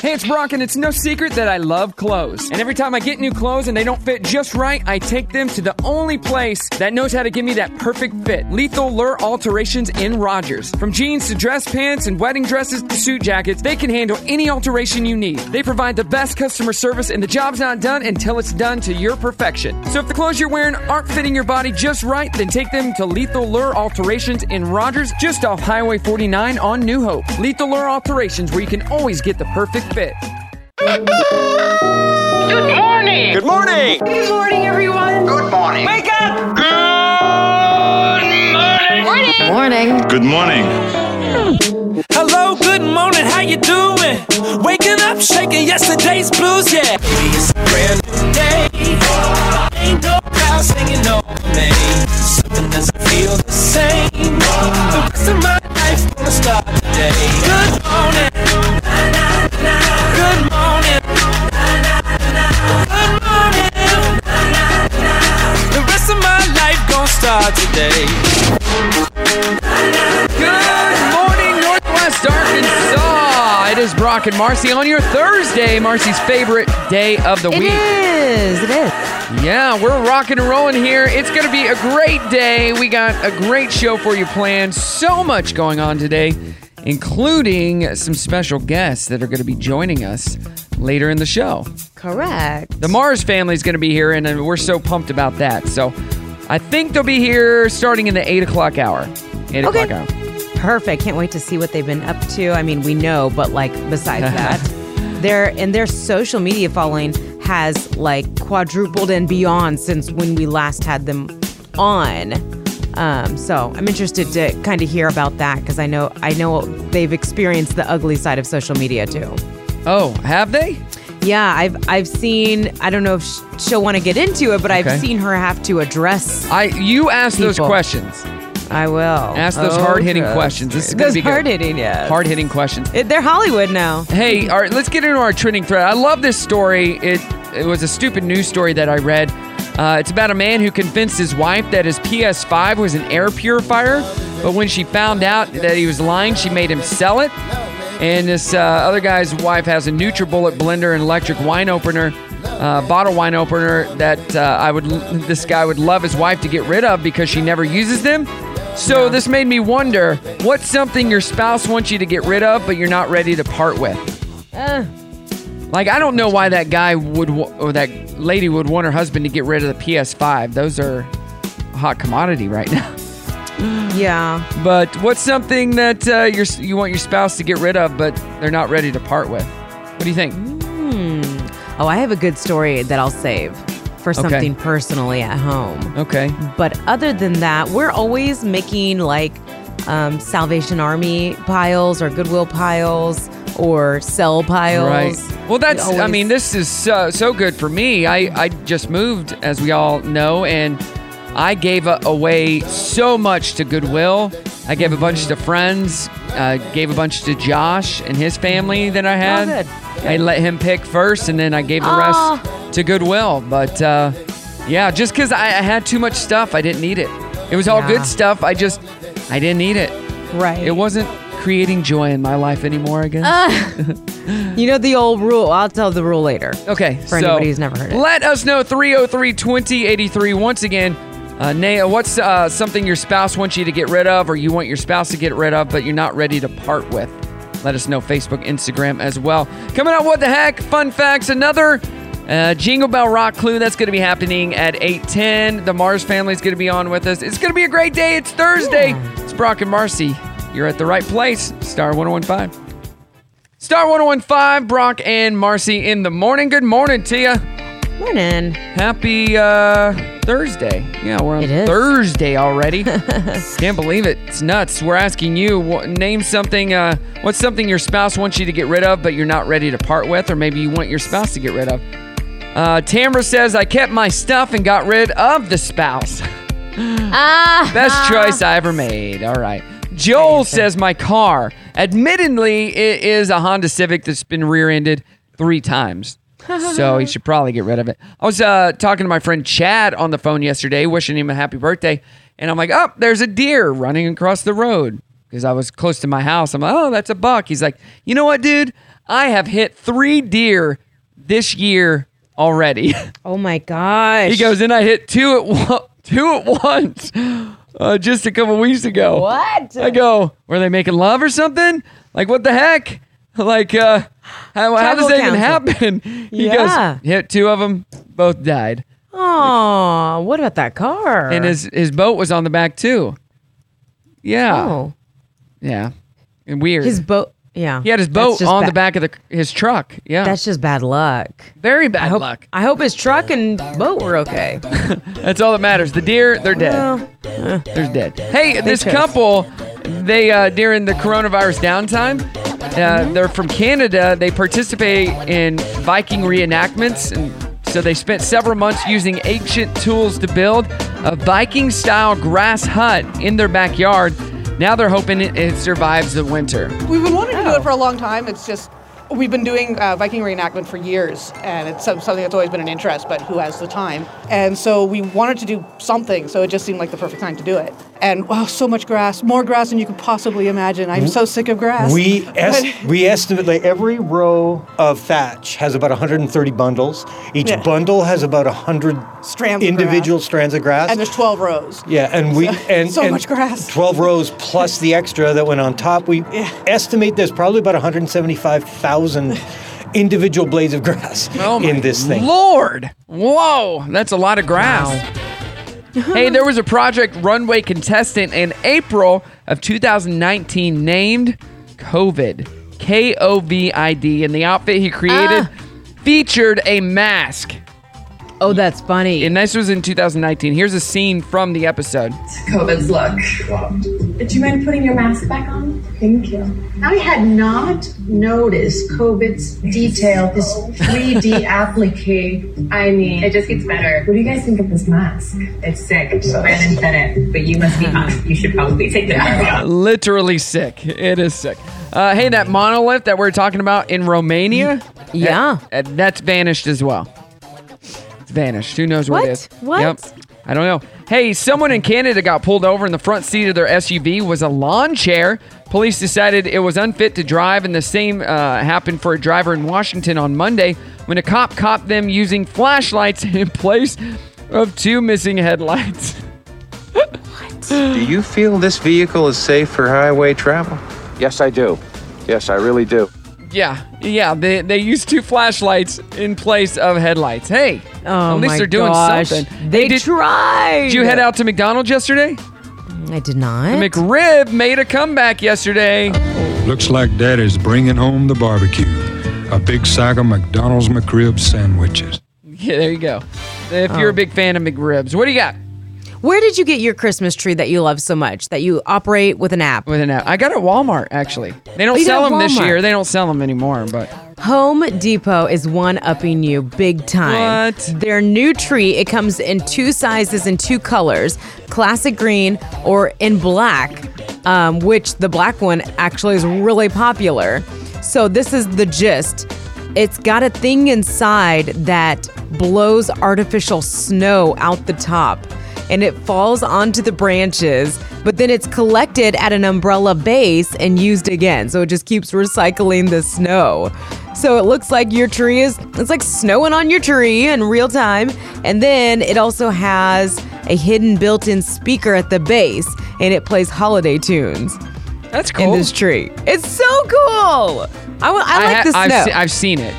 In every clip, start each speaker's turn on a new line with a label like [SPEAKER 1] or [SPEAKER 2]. [SPEAKER 1] Hey, it's Brock, and it's no secret that I love clothes. And every time I get new clothes and they don't fit just right, I take them to the only place that knows how to give me that perfect fit Lethal Lure Alterations in Rogers. From jeans to dress pants and wedding dresses to suit jackets, they can handle any alteration you need. They provide the best customer service, and the job's not done until it's done to your perfection. So if the clothes you're wearing aren't fitting your body just right, then take them to Lethal Lure Alterations in Rogers, just off Highway 49 on New Hope. Lethal Lure Alterations, where you can always get the perfect fit.
[SPEAKER 2] Good morning.
[SPEAKER 3] Good morning.
[SPEAKER 2] Good morning, everyone.
[SPEAKER 3] Good morning.
[SPEAKER 2] Wake up. Good morning. Morning.
[SPEAKER 4] Morning.
[SPEAKER 5] Good morning.
[SPEAKER 6] Hello, good morning, how you doing? Waking up, shaking yesterday's blues, yeah. It's a brand new day. Ain't no cloud singing over me. Something doesn't feel the same. The rest of my life gonna start today. Good morning. Good morning. Good morning. The rest of my life gonna start today.
[SPEAKER 1] Good morning, Northwest Arkansas. It is Brock and Marcy on your Thursday, Marcy's favorite day of the
[SPEAKER 4] It
[SPEAKER 1] week.
[SPEAKER 4] is. It is.
[SPEAKER 1] Yeah, we're rocking and rolling here. It's going to be a great day. We got a great show for you planned. So much going on today, including some special guests that are going to be joining us later in the show.
[SPEAKER 4] Correct.
[SPEAKER 1] The Mars family is going to be here, and uh, we're so pumped about that. So I think they'll be here starting in the 8 o'clock hour. 8
[SPEAKER 4] Okay.
[SPEAKER 1] o'clock hour.
[SPEAKER 4] Perfect. Can't wait to see what they've been up to. I mean, we know, but like besides that, their and their social media following has like quadrupled and beyond since when we last had them on. Um, so I'm interested to kind of hear about that because I know I know they've experienced the ugly side of social media too.
[SPEAKER 1] Oh, have they?
[SPEAKER 4] Yeah, I've I've seen. I don't know if sh- she'll want to get into it, but
[SPEAKER 1] Okay.
[SPEAKER 4] I've seen her have to address.
[SPEAKER 1] I You ask those
[SPEAKER 4] People.
[SPEAKER 1] questions.
[SPEAKER 4] I will
[SPEAKER 1] Ask those hard-hitting questions. This is gonna
[SPEAKER 4] those
[SPEAKER 1] be good.
[SPEAKER 4] hard hitting. Yes.
[SPEAKER 1] Hard hitting questions.
[SPEAKER 4] It- They're Hollywood now.
[SPEAKER 1] Hey, all right, let's get into our trending thread. I love this story. It it was a stupid news story that I read. Uh, it's about a man who convinced his wife that his PS5 was an air purifier, but when she found out that he was lying, she made him sell it. And this uh, other guy's wife has a NutriBullet blender and electric wine opener, uh, bottle wine opener that uh, I would this guy would love his wife to get rid of because she never uses them. So this made me wonder what's something your spouse wants you to get rid of, but you're not ready to part with. Like I don't know why that guy would wa- or that lady would want her husband to get rid of the PS5. Those are a hot commodity right now.
[SPEAKER 4] Yeah.
[SPEAKER 1] But what's something that uh, your s- you want your spouse to get rid of, but they're not ready to part with? What do you think?
[SPEAKER 4] Oh, I have a good story that I'll save for something personally at home.
[SPEAKER 1] Okay.
[SPEAKER 4] But other than that, we're always making like um, Salvation Army piles or Goodwill piles or cell piles.
[SPEAKER 1] Right. Well, that's. I
[SPEAKER 4] Always-
[SPEAKER 1] mean, this is so, so good for me. I I just moved, as we all know, and I gave a, away so much to Goodwill. I gave
[SPEAKER 4] Mm-hmm.
[SPEAKER 1] a bunch to friends. Uh, gave a bunch to Josh and his family that I had.
[SPEAKER 4] Oh, good.
[SPEAKER 1] I let him pick first, and then I gave the
[SPEAKER 4] Aw.
[SPEAKER 1] rest to Goodwill. But uh, yeah, just because I, I had too much stuff, I didn't need it. It was all
[SPEAKER 4] Yeah.
[SPEAKER 1] good stuff. I just I didn't need it.
[SPEAKER 4] Right.
[SPEAKER 1] It wasn't creating joy in my life anymore. I guess.
[SPEAKER 4] Ah. you know the old rule. I'll tell the rule later.
[SPEAKER 1] Okay.
[SPEAKER 4] For
[SPEAKER 1] so
[SPEAKER 4] anybody who's never heard it.
[SPEAKER 1] Let us know 303 2083. Once again, uh, Naya, what's uh, something your spouse wants you to get rid of or you want your spouse to get rid of, but you're not ready to part with? Let us know Facebook, Instagram as well. Coming up, what the heck? Fun facts. Another uh, Jingle Bell Rock clue that's going to be happening at 810. The Mars family's going to be on with us. It's going to be a great day. It's Thursday. It's Brock and Marcy. You're at the right place. Star 1015. Star 1015, Brock and Marcy in the morning. Good morning to you.
[SPEAKER 4] Morning.
[SPEAKER 1] Happy uh, Thursday. Yeah, we're on
[SPEAKER 4] It is.
[SPEAKER 1] Thursday already. Can't believe it. It's nuts. We're asking you wh- name something. Uh, what's something your spouse wants you to get rid of, but you're not ready to part with, or maybe you want your spouse to get rid of. Uh, Tamra says, "I kept my stuff and got rid of the spouse.
[SPEAKER 4] Ah.
[SPEAKER 1] Best choice I ever made." All right. Joel says, "My car. Admittedly, it is a Honda Civic that's been rear-ended three times." so he should probably get rid of it. I was uh, talking to my friend Chad on the phone yesterday, wishing him a happy birthday, and I'm like, "Oh, there's a deer running across the road." Because I was close to my house, I'm like, "Oh, that's a buck." He's like, "You know what, dude? I have hit three deer this year already.
[SPEAKER 4] Oh my gosh.
[SPEAKER 1] He goes, and I hit two at one, two at once, uh, just a couple weeks ago.
[SPEAKER 4] What?
[SPEAKER 1] I go, were they making love or something? Like what the heck? Like uh, how, how does
[SPEAKER 4] Tribal
[SPEAKER 1] that even
[SPEAKER 4] council.
[SPEAKER 1] happen? He
[SPEAKER 4] Yeah.
[SPEAKER 1] goes, hit two of them, both died,
[SPEAKER 4] Aw, what about that car?
[SPEAKER 1] and his his boat was on the back too. Yeah,
[SPEAKER 4] oh,
[SPEAKER 1] yeah, and weird.
[SPEAKER 4] his boat. Yeah,
[SPEAKER 1] he had his
[SPEAKER 4] That's
[SPEAKER 1] boat
[SPEAKER 4] just
[SPEAKER 1] on
[SPEAKER 4] ba-
[SPEAKER 1] the back of the his truck. Yeah,
[SPEAKER 4] That's just bad luck.
[SPEAKER 1] very bad
[SPEAKER 4] I hope,
[SPEAKER 1] luck.
[SPEAKER 4] I hope his truck and boat were okay.
[SPEAKER 1] That's all that matters. The deer, they're dead.
[SPEAKER 4] Well,
[SPEAKER 1] They're dead. Hey, this
[SPEAKER 4] chose.
[SPEAKER 1] couple, they uh, during the coronavirus downtime, uh, they're from Canada. They participate in Viking reenactments, and so they spent several months using ancient tools to build a Viking-style grass hut in their backyard. Now they're hoping it, it survives the winter.
[SPEAKER 3] We've been wanting to
[SPEAKER 2] Oh.
[SPEAKER 3] do it for a long time. It's just we've been doing uh, Viking reenactment for years, and it's some- something that's always been an interest. But who has the time? And so we wanted to do something. So it just seemed like the perfect time to do it. And wow, so much grass, more grass than you could possibly imagine. I'm so sick of grass.
[SPEAKER 5] We
[SPEAKER 3] But-
[SPEAKER 5] est- we estimate like every row of thatch has about 130 bundles. Each
[SPEAKER 3] Yeah.
[SPEAKER 5] bundle has about 100
[SPEAKER 3] Strands of
[SPEAKER 5] individual
[SPEAKER 3] grass.
[SPEAKER 5] strands of grass.
[SPEAKER 3] and there's 12 rows.
[SPEAKER 5] yeah, and we and
[SPEAKER 3] so
[SPEAKER 5] and
[SPEAKER 3] much grass.
[SPEAKER 5] 12 rows plus the extra that went on top. We estimate there's probably about 175,000 individual blades of grass
[SPEAKER 1] Oh my
[SPEAKER 5] in this thing.
[SPEAKER 1] Lord, whoa, that's a lot of grass. hey, there was a Project Runway contestant in April of 2019 named COVID, K O V I D, and the outfit he created featured a mask.
[SPEAKER 4] oh, that's funny.
[SPEAKER 1] And this was in 2019. Here's a scene from the episode.
[SPEAKER 7] COVID's luck.
[SPEAKER 8] Do you mind putting your mask back on? Mm-hmm. Thank you.
[SPEAKER 7] I had not noticed COVID's detail, this 3D applique. I mean, it just gets better.
[SPEAKER 8] What do you guys think of this mask? It's sick. Brandon said it, but you must be us. You should probably take the mask off.
[SPEAKER 1] Literally sick. It is sick. Uh, hey, that monolith that we we're talking about in Romania.
[SPEAKER 4] yeah.
[SPEAKER 1] Uh, that's vanished as well. It's vanished. Who knows where
[SPEAKER 4] What?
[SPEAKER 1] it is?
[SPEAKER 4] What?
[SPEAKER 1] Yep. I don't know. Hey, someone in Canada got pulled over, and the front seat of their SUV was a lawn chair. Police decided it was unfit to drive, and the same uh, happened for a driver in Washington on Monday when a cop caught them using flashlights in place of two missing headlights.
[SPEAKER 9] Do you feel this vehicle is safe for highway travel?
[SPEAKER 10] Yes, I do. Yes, I really do.
[SPEAKER 1] Yeah, yeah. They they use two flashlights in place of headlights. Hey, at
[SPEAKER 4] Oh
[SPEAKER 1] least
[SPEAKER 4] my
[SPEAKER 1] they're doing
[SPEAKER 4] gosh.
[SPEAKER 1] something.
[SPEAKER 4] They
[SPEAKER 1] Hey, did,
[SPEAKER 4] tried.
[SPEAKER 1] Did you head out to McDonald's yesterday?
[SPEAKER 4] I did not.
[SPEAKER 1] McRib made a comeback yesterday.
[SPEAKER 11] Looks like Daddy's bringing home the barbecue. A big sack of McDonald's McRib sandwiches.
[SPEAKER 1] Yeah, there you go. If you're a
[SPEAKER 4] Oh.
[SPEAKER 1] big fan of McRibs, what do you got
[SPEAKER 4] Where did you get your Christmas tree that you love so much that you operate with an app?
[SPEAKER 1] with an app? I got it at Walmart actually. They don't
[SPEAKER 4] Oh, you
[SPEAKER 1] sell
[SPEAKER 4] got it
[SPEAKER 1] them
[SPEAKER 4] at
[SPEAKER 1] this
[SPEAKER 4] Walmart.
[SPEAKER 1] year. They don't sell them anymore. But
[SPEAKER 4] Home Depot is one upping you big time.
[SPEAKER 1] What?
[SPEAKER 4] Their new tree, it comes in two sizes and two colors classic green or in black, um, which the black one actually is really popular. So, this is the gist it's got a thing inside that blows artificial snow out the top. And it falls onto the branches, but then it's collected at an umbrella base and used again. So it just keeps recycling the snow. So it looks like your tree is it's like snowing on your tree in real time. And then it also has a hidden built-in speaker at the base and it plays holiday tunes
[SPEAKER 1] that's cool.
[SPEAKER 4] in this tree. It's so cool. I wa- I like
[SPEAKER 1] ha-
[SPEAKER 4] the snow.
[SPEAKER 1] I've, se- I've seen it.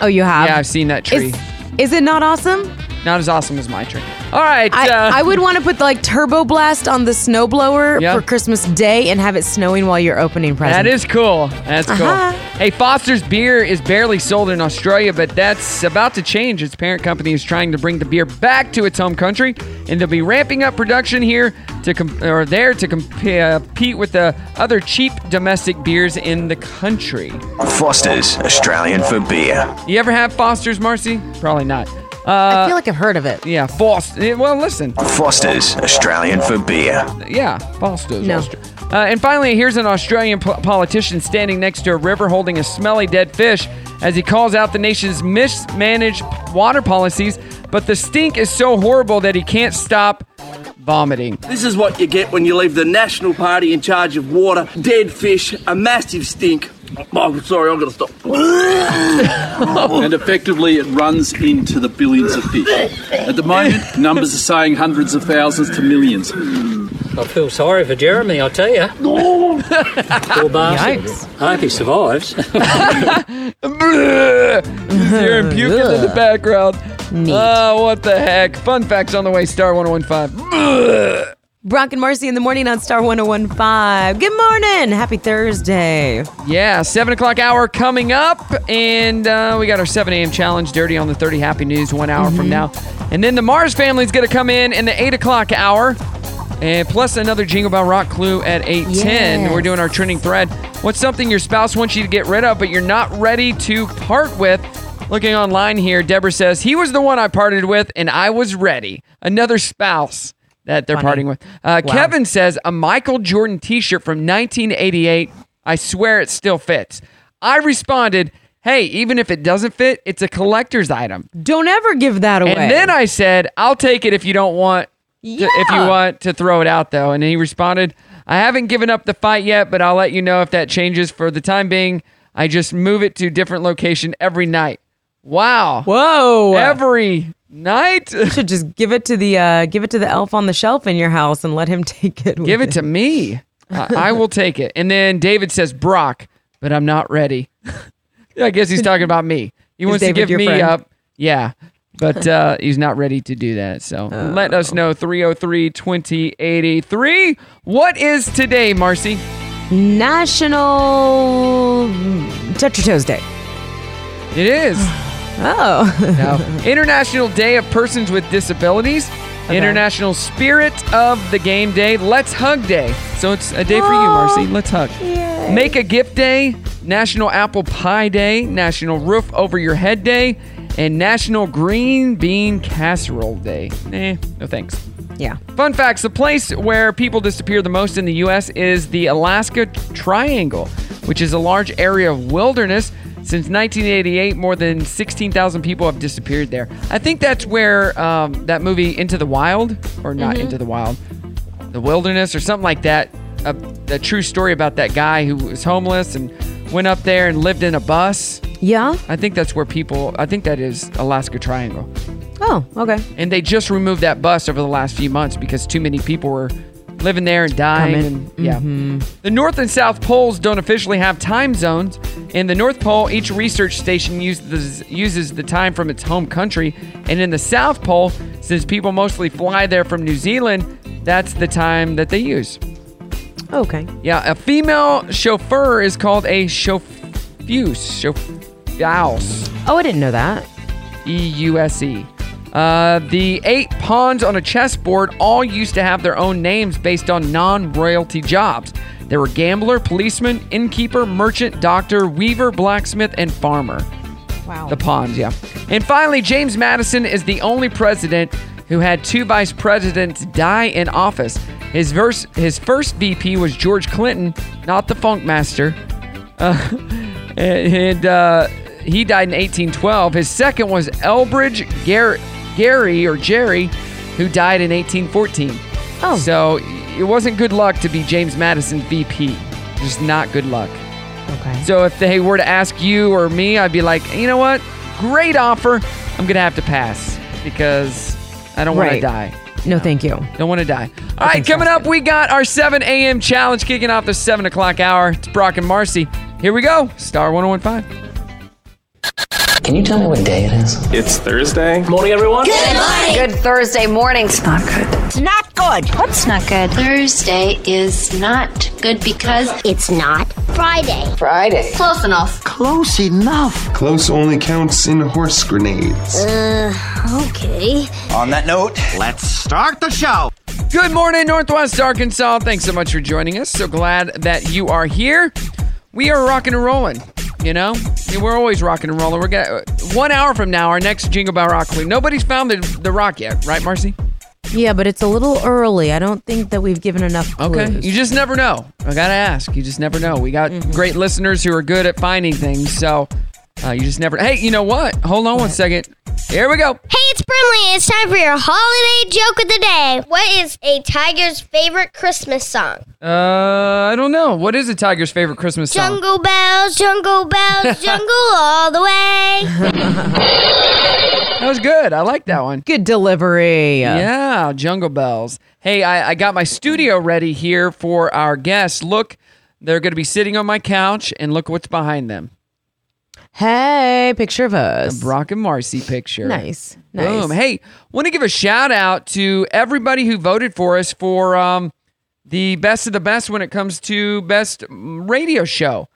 [SPEAKER 4] oh, you have?
[SPEAKER 1] Yeah, I've seen that tree.
[SPEAKER 4] Is, is it not awesome?
[SPEAKER 1] Not as awesome as my tree. All right.
[SPEAKER 4] I,
[SPEAKER 1] uh,
[SPEAKER 4] I would want to put like Turbo Blast on the snowblower
[SPEAKER 1] Yeah.
[SPEAKER 4] for Christmas Day and have it snowing while you're opening presents.
[SPEAKER 1] That is cool. That's cool.
[SPEAKER 4] Uh-huh.
[SPEAKER 1] Hey, Foster's beer is barely sold in Australia, but that's about to change. Its parent company is trying to bring the beer back to its home country, and they'll be ramping up production here to com- or there to comp- uh, compete with the other cheap domestic beers in the country.
[SPEAKER 6] Foster's Australian for beer.
[SPEAKER 1] You ever have Foster's, Marcy? Probably not.
[SPEAKER 4] I feel like I've heard of it.
[SPEAKER 1] uh, Yeah, Foster. Well, listen.
[SPEAKER 6] Foster's Australian for beer.
[SPEAKER 1] Yeah, Foster's.
[SPEAKER 4] No.
[SPEAKER 1] Austra- Uh, and finally, here's an Australian po- politician standing next to a river holding a smelly dead fish as he calls out the nation's mismanaged water policies. But the stink is so horrible that he can't stop vomiting.
[SPEAKER 12] This is what you get when you leave the National Party in charge of water, dead fish, a massive stink, Oh, I'm sorry, I'm going to stop. and effectively, it runs into the billions of fish. At the moment, numbers are saying hundreds of thousands to millions.
[SPEAKER 13] I feel sorry for Jeremy, I tell you. Poor bastard. I hope he survives.
[SPEAKER 1] You're puking in the background. Oh, what the heck? Fun facts on the way, Star 1015.
[SPEAKER 4] Brock and Marcy in the morning on Star 1015. Good morning. Happy Thursday.
[SPEAKER 1] Yeah, 7 o'clock hour coming up. And uh, we got our 7 a.m. challenge, Dirty on the 30 Happy News, one hour from
[SPEAKER 4] Mhm.
[SPEAKER 1] now. And then the Mars family's going to come in in the 8 o'clock hour. And Eh, plus another Jingle Bell Rock clue at 8.10. We're doing our trending thread. What's something your spouse wants you to get rid of, but you're not ready to part with? Looking online here, Deborah says, he was the one I parted with, and I was ready. Another spouse that they're
[SPEAKER 4] Funny.
[SPEAKER 1] parting with. Uh,
[SPEAKER 4] Wow.
[SPEAKER 1] Kevin says a Michael Jordan T-shirt from 1988. I swear it still fits. I responded, "Hey, even if it doesn't fit, it's a collector's item."
[SPEAKER 4] Don't ever give that away.
[SPEAKER 1] And then uh, I said, "I'll take it if you don't want, to- if you
[SPEAKER 4] Yeah.
[SPEAKER 1] want to throw it out though." And he responded, "I haven't given up the fight yet, but I'll let you know if that changes. For the time being, I just move it to a different location every night." Wow.
[SPEAKER 4] Whoa.
[SPEAKER 1] Every night.
[SPEAKER 4] should just give it to the uh, give it to the elf on the shelf in your house and let him take it.
[SPEAKER 1] Give it to me. I, I will take it. And then David says, Brock, but I'm not ready. I guess he's talking about me. He
[SPEAKER 4] Is
[SPEAKER 1] wants
[SPEAKER 4] David
[SPEAKER 1] to give
[SPEAKER 4] your
[SPEAKER 1] me
[SPEAKER 4] friend?
[SPEAKER 1] up. Yeah. But uh, he's not ready to do that. So
[SPEAKER 4] Oh.
[SPEAKER 1] let us know 303 2083. What is today, Marcy?
[SPEAKER 4] National Tetra Toes Day.
[SPEAKER 1] It is.
[SPEAKER 4] Oh.
[SPEAKER 1] No. International Day of Persons with Disabilities,
[SPEAKER 4] Okay.
[SPEAKER 1] International Spirit of the Game Day, Let's Hug Day. So it's a day for you, Marcy. Let's hug. Make a Gift Day, National Apple Pie Day, National Roof Over Your Head Day, and National Green Bean Casserole Day. Eh, no thanks.
[SPEAKER 4] Yeah.
[SPEAKER 1] Fun facts the place where people disappear the most in the U.S. is the Alaska Triangle, which is a large area of wilderness. Since 1988, more than 16,000 people have disappeared there. I think that's where um, that movie Into the Wild, or not
[SPEAKER 4] Mhm.
[SPEAKER 1] Into the Wild, the Wilderness, or something like that. A, a true story about that guy who was homeless and went up there and lived in a bus.
[SPEAKER 4] Yeah.
[SPEAKER 1] I think that's where people, I think that is Alaska Triangle.
[SPEAKER 4] Oh, okay.
[SPEAKER 1] And they just removed that bus over the last few months because too many people were living there and dying.
[SPEAKER 4] Coming.
[SPEAKER 1] And, yeah. The North and South Poles don't officially have time zones. In the North Pole, each research station uses, uses the time from its home country. And in the South Pole, since people mostly fly there from New Zealand, that's the time that they use.
[SPEAKER 4] Okay.
[SPEAKER 1] Yeah, a female chauffeur is called a chauffeuse. Chauffeuse.
[SPEAKER 4] Oh, I didn't know that.
[SPEAKER 1] E U S E. Uh, the eight pawns on a chessboard all used to have their own names based on non royalty jobs. They were gambler, policeman, innkeeper, merchant, doctor, weaver, blacksmith, and farmer.
[SPEAKER 4] Wow.
[SPEAKER 1] The pawns, yeah. And finally, James Madison is the only president who had two vice presidents die in office. His, verse, his first VP was George Clinton, not the Funk Master. Uh, and uh, he died in 1812. His second was Elbridge Gar- Gary or Jerry, who died in 1814.
[SPEAKER 4] Oh.
[SPEAKER 1] So it wasn't good luck to be James Madison VP. Just not good luck.
[SPEAKER 4] Okay.
[SPEAKER 1] So if they were to ask you or me, I'd be like, you know what? Great offer. I'm gonna have to pass because I don't want
[SPEAKER 4] Right.
[SPEAKER 1] to die.
[SPEAKER 4] No, thank you.
[SPEAKER 1] Don't want to die. All right, coming up, we got our 7 a.m. challenge kicking off the 7 o'clock hour. It's Brock and Marcy. Here we go. Star 1015.
[SPEAKER 14] Can you tell me what day it is?
[SPEAKER 10] It's Thursday.
[SPEAKER 14] Morning, everyone.
[SPEAKER 15] Good morning. Good Thursday morning. It's not good. It's not good. What's not good? Thursday is not good because it's not Friday. Friday. Close enough.
[SPEAKER 16] Close enough. Close only counts in horse grenades.
[SPEAKER 15] Uh, okay.
[SPEAKER 16] On that note, let's start the show.
[SPEAKER 1] Good morning, Northwest Arkansas. Thanks so much for joining us. So glad that you are here. We are rocking and rolling. You know, I mean, we're always rocking and rolling. We're gonna, uh, one hour from now, our next Jingle Bell Rock Clue. Nobody's found the, the rock yet, right, Marcy?
[SPEAKER 4] Yeah, but it's a little early. I don't think that we've given enough clues.
[SPEAKER 1] Okay. You just never know. I gotta ask. You just never know. We got great listeners who are good at finding things, so uh, you just never. Hey, you know what? Hold on one second. Here we go.
[SPEAKER 17] Hey, it's Brimley. It's time for your holiday joke of the day. What is a tiger's favorite Christmas song?
[SPEAKER 1] Uh, I don't know. What is a tiger's favorite Christmas song?
[SPEAKER 17] Jungle bells, jungle bells, jungle all the way.
[SPEAKER 1] That was good. I like that one.
[SPEAKER 4] Good delivery.
[SPEAKER 1] Yeah, Jungle Bells. Hey, I, I got my studio ready here for our guests. Look, they're going to be sitting on my couch, and look what's behind them.
[SPEAKER 4] Hey, picture of us.
[SPEAKER 1] The Brock and Marcy picture.
[SPEAKER 4] Nice, nice.
[SPEAKER 1] Boom. Hey, want to give a shout out to everybody who voted for us for um, the best of the best when it comes to best radio show.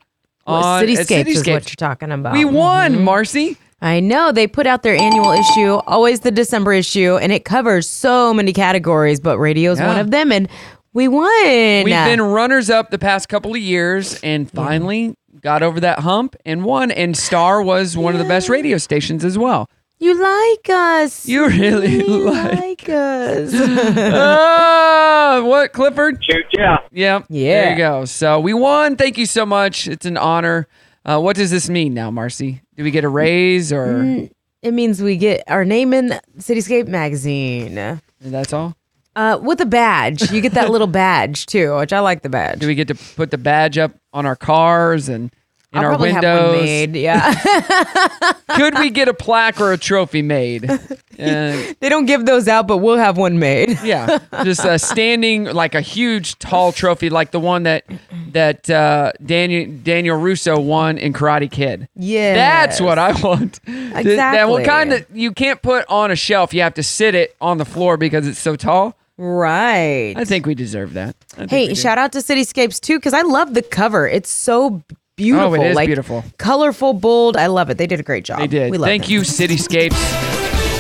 [SPEAKER 4] Well,
[SPEAKER 1] on- uh, at
[SPEAKER 4] Cityscapes is
[SPEAKER 1] Cityscapes.
[SPEAKER 4] what you're talking about.
[SPEAKER 1] We won,
[SPEAKER 4] mm-hmm.
[SPEAKER 1] Marcy.
[SPEAKER 4] I know. They put out their annual issue, always the December issue, and it covers so many categories, but radio is
[SPEAKER 1] Yeah.
[SPEAKER 4] one of them, and we won.
[SPEAKER 1] We've been runners up the past couple of years
[SPEAKER 4] Mm.
[SPEAKER 1] and finally got over that hump and won. And Star was one of the best radio stations as well.
[SPEAKER 4] You like us.
[SPEAKER 1] You really like.
[SPEAKER 4] like us.
[SPEAKER 1] Ah, what, Clifford?
[SPEAKER 18] yeah.
[SPEAKER 1] Yep.
[SPEAKER 4] Yeah.
[SPEAKER 1] There you go. So we won. Thank you so much. It's an honor. Uh, what does this mean now, Marcy? Do we get a raise or
[SPEAKER 4] Mm, It means we get our name in Cityscape magazine.
[SPEAKER 1] that's all?
[SPEAKER 4] Uh, with a badge. You get that little badge too, which I like the badge.
[SPEAKER 1] do we get to put the badge up on our cars and in
[SPEAKER 4] I'll
[SPEAKER 1] our
[SPEAKER 4] probably
[SPEAKER 1] windows?
[SPEAKER 4] have one made. Yeah.
[SPEAKER 1] Could we get a plaque or a trophy made? Uh,
[SPEAKER 4] they don't give those out, but we'll have one made.
[SPEAKER 1] Yeah, just uh, standing like a huge tall trophy, like the one that that uh, Daniel Daniel Russo won in Karate Kid.
[SPEAKER 4] Yes.
[SPEAKER 1] that's what I want. Th- That
[SPEAKER 4] Exactly.
[SPEAKER 1] one kind of you can't put on a shelf. You have to sit it on the floor because it's so tall.
[SPEAKER 4] Right.
[SPEAKER 1] I think we deserve that. I think
[SPEAKER 4] Hey,
[SPEAKER 1] we do.
[SPEAKER 4] shout out to Cityscapes too, because I love the cover. It's so beautiful.
[SPEAKER 1] Oh, it is
[SPEAKER 4] like,
[SPEAKER 1] beautiful.
[SPEAKER 4] Colorful, bold. I love it. They did a great job.
[SPEAKER 1] They did.
[SPEAKER 4] We love
[SPEAKER 1] thank
[SPEAKER 4] them.
[SPEAKER 1] you, Cityscapes,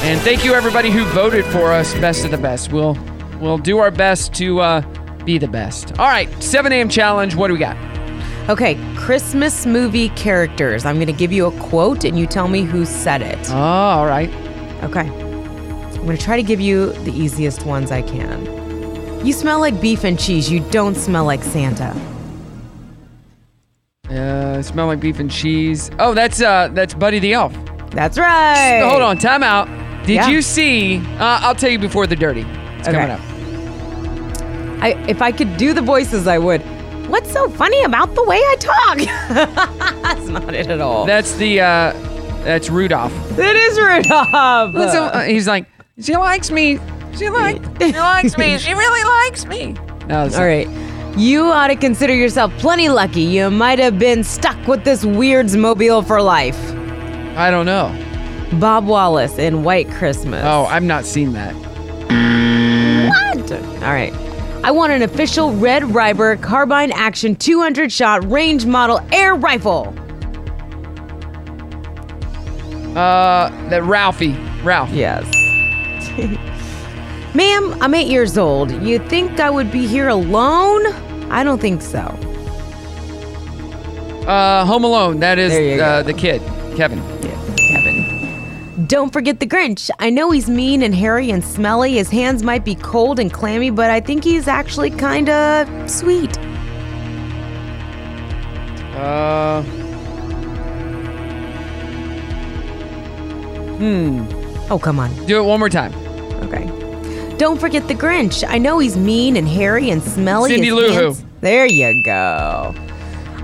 [SPEAKER 1] and thank you everybody who voted for us. Best of the best. We'll we'll do our best to uh, be the best. All right, 7 a.m. challenge. What do we got?
[SPEAKER 4] Okay, Christmas movie characters. I'm going to give you a quote and you tell me who said it. Oh,
[SPEAKER 1] all right.
[SPEAKER 4] Okay. I'm going to try to give you the easiest ones I can. You smell like beef and cheese. You don't smell like Santa.
[SPEAKER 1] Uh, smell like beef and cheese. Oh, that's uh, that's Buddy the Elf.
[SPEAKER 4] That's right.
[SPEAKER 1] Hold on, time out. Did
[SPEAKER 4] Yeah.
[SPEAKER 1] you see? Uh, I'll tell you before the dirty. It's
[SPEAKER 4] Okay.
[SPEAKER 1] coming up.
[SPEAKER 4] I, if I could do the voices, I would. What's so funny about the way I talk? that's not it at all.
[SPEAKER 1] That's the uh, that's Rudolph.
[SPEAKER 4] It is Rudolph.
[SPEAKER 1] What's so- uh, he's like, she likes me. She like she likes me. She really likes me. No, it's-
[SPEAKER 4] All right. You ought to consider yourself plenty lucky. You might have been stuck with this weird's mobile for life.
[SPEAKER 1] I don't know.
[SPEAKER 4] Bob Wallace in White Christmas.
[SPEAKER 1] Oh, I've not seen that.
[SPEAKER 4] What? All right. I want an official Red Ryber carbine action 200 shot range model air rifle.
[SPEAKER 1] Uh, that Ralphie, Ralph.
[SPEAKER 4] Yes. Ma'am, I'm eight years old. You think I would be here alone? I don't think so.
[SPEAKER 1] Uh, Home Alone. That is uh, the kid, Kevin.
[SPEAKER 4] Kevin. Don't forget the Grinch. I know he's mean and hairy and smelly. His hands might be cold and clammy, but I think he's actually kind of sweet.
[SPEAKER 1] Uh. Hmm.
[SPEAKER 4] Oh, come on.
[SPEAKER 1] Do it one more time.
[SPEAKER 4] Okay. Don't forget the Grinch. I know he's mean and hairy and smelly.
[SPEAKER 1] Cindy
[SPEAKER 4] His
[SPEAKER 1] Lou Who.
[SPEAKER 4] hands- There you go.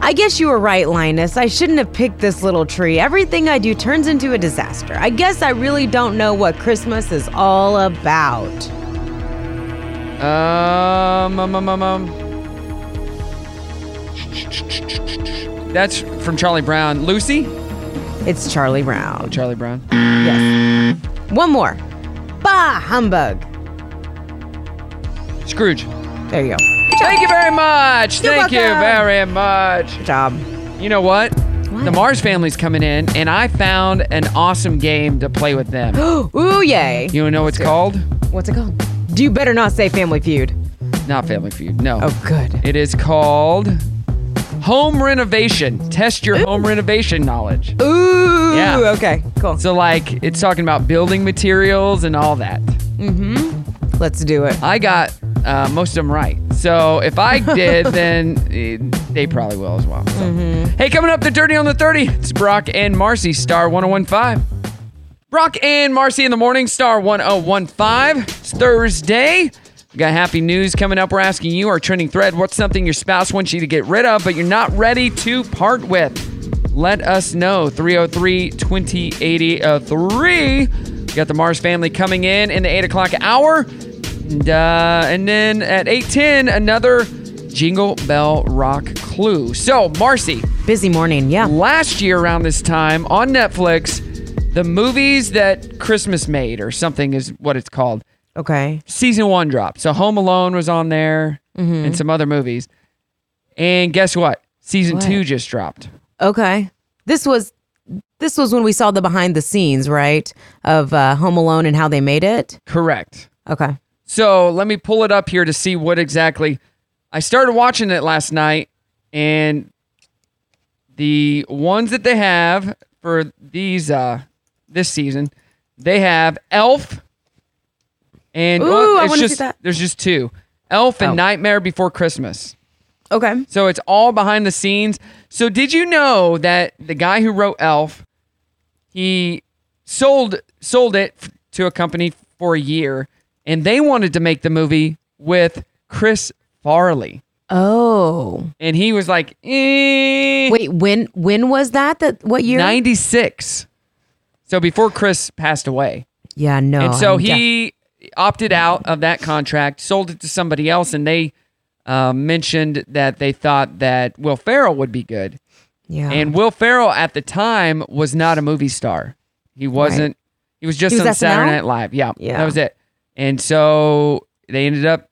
[SPEAKER 4] I guess you were right, Linus. I shouldn't have picked this little tree. Everything I do turns into a disaster. I guess I really don't know what Christmas is all about.
[SPEAKER 1] Um, um, um, um, um. That's from Charlie Brown. Lucy?
[SPEAKER 4] It's Charlie Brown. Oh,
[SPEAKER 1] Charlie Brown.
[SPEAKER 4] Yes. One more. Bah, humbug.
[SPEAKER 1] Scrooge.
[SPEAKER 4] There you go.
[SPEAKER 1] Thank you very much.
[SPEAKER 4] You're
[SPEAKER 1] Thank you
[SPEAKER 4] welcome.
[SPEAKER 1] very much. Good
[SPEAKER 4] job.
[SPEAKER 1] You know what? The Mars family's coming in, and I found an awesome game to play with them.
[SPEAKER 4] Ooh, yay.
[SPEAKER 1] You know what it's called?
[SPEAKER 4] What's it called? You better not say Family Feud.
[SPEAKER 1] Not Family Feud. No.
[SPEAKER 4] Oh, good.
[SPEAKER 1] It is called Home Renovation. Test your home renovation knowledge.
[SPEAKER 4] Ooh.
[SPEAKER 1] Yeah.
[SPEAKER 4] Okay. Cool.
[SPEAKER 1] So, like, it's talking about building materials and all that.
[SPEAKER 4] Mm-hmm. Let's do it.
[SPEAKER 1] I got uh, most of them right. So if I did, then eh, they probably will as well. So. Hey, coming up, the Dirty on the 30. It's Brock and Marcy, Star 1015. Brock and Marcy in the Morning Star 1015. It's Thursday. We got happy news coming up. We're asking you our trending thread what's something your spouse wants you to get rid of, but you're not ready to part with? Let us know. 303 2080 3. We got the Mars family coming in in the 8 o'clock hour. And, uh, and then at 810, another Jingle Bell Rock clue. So, Marcy.
[SPEAKER 4] Busy morning, yeah.
[SPEAKER 1] Last year around this time on Netflix, the movies that Christmas made or something is what it's called.
[SPEAKER 4] Okay.
[SPEAKER 1] Season one dropped. So, Home Alone was on there
[SPEAKER 4] Mhm.
[SPEAKER 1] and some other movies. And guess what? Season
[SPEAKER 4] What?
[SPEAKER 1] two just dropped.
[SPEAKER 4] Okay. This was this was when we saw the behind the scenes, right, of uh, Home Alone and how they made it.
[SPEAKER 1] Correct.
[SPEAKER 4] Okay.
[SPEAKER 1] So let me pull it up here to see what exactly. I started watching it last night, and the ones that they have for these uh this season, they have Elf, and
[SPEAKER 4] Ooh,
[SPEAKER 1] well,
[SPEAKER 4] I
[SPEAKER 1] it's
[SPEAKER 4] wanna see
[SPEAKER 1] just
[SPEAKER 4] that. Oh.
[SPEAKER 1] there's just two, Elf and Nightmare Before Christmas.
[SPEAKER 4] Okay.
[SPEAKER 1] So it's all behind the scenes. So did you know that the guy who wrote Elf, he sold sold it f- to a company for a year, and they wanted to make the movie with Chris Farley,
[SPEAKER 4] Oh.
[SPEAKER 1] and he was like, eh,
[SPEAKER 4] Wait, when when was that? That what year?
[SPEAKER 1] ninety six. So before Chris passed away,
[SPEAKER 4] Oh, Yeah, no.
[SPEAKER 1] and so
[SPEAKER 4] I'm def-
[SPEAKER 1] he opted out of that contract, sold it to somebody else, and they uh, mentioned that they thought that Will Ferrell would be good.
[SPEAKER 4] Yeah.
[SPEAKER 1] And Will Ferrell at the time was not a movie star. He wasn't. He was just
[SPEAKER 4] He was
[SPEAKER 1] on
[SPEAKER 4] SNL?
[SPEAKER 1] Saturday Night Live. Yeah,
[SPEAKER 4] Yeah.
[SPEAKER 1] that was it. And so they ended up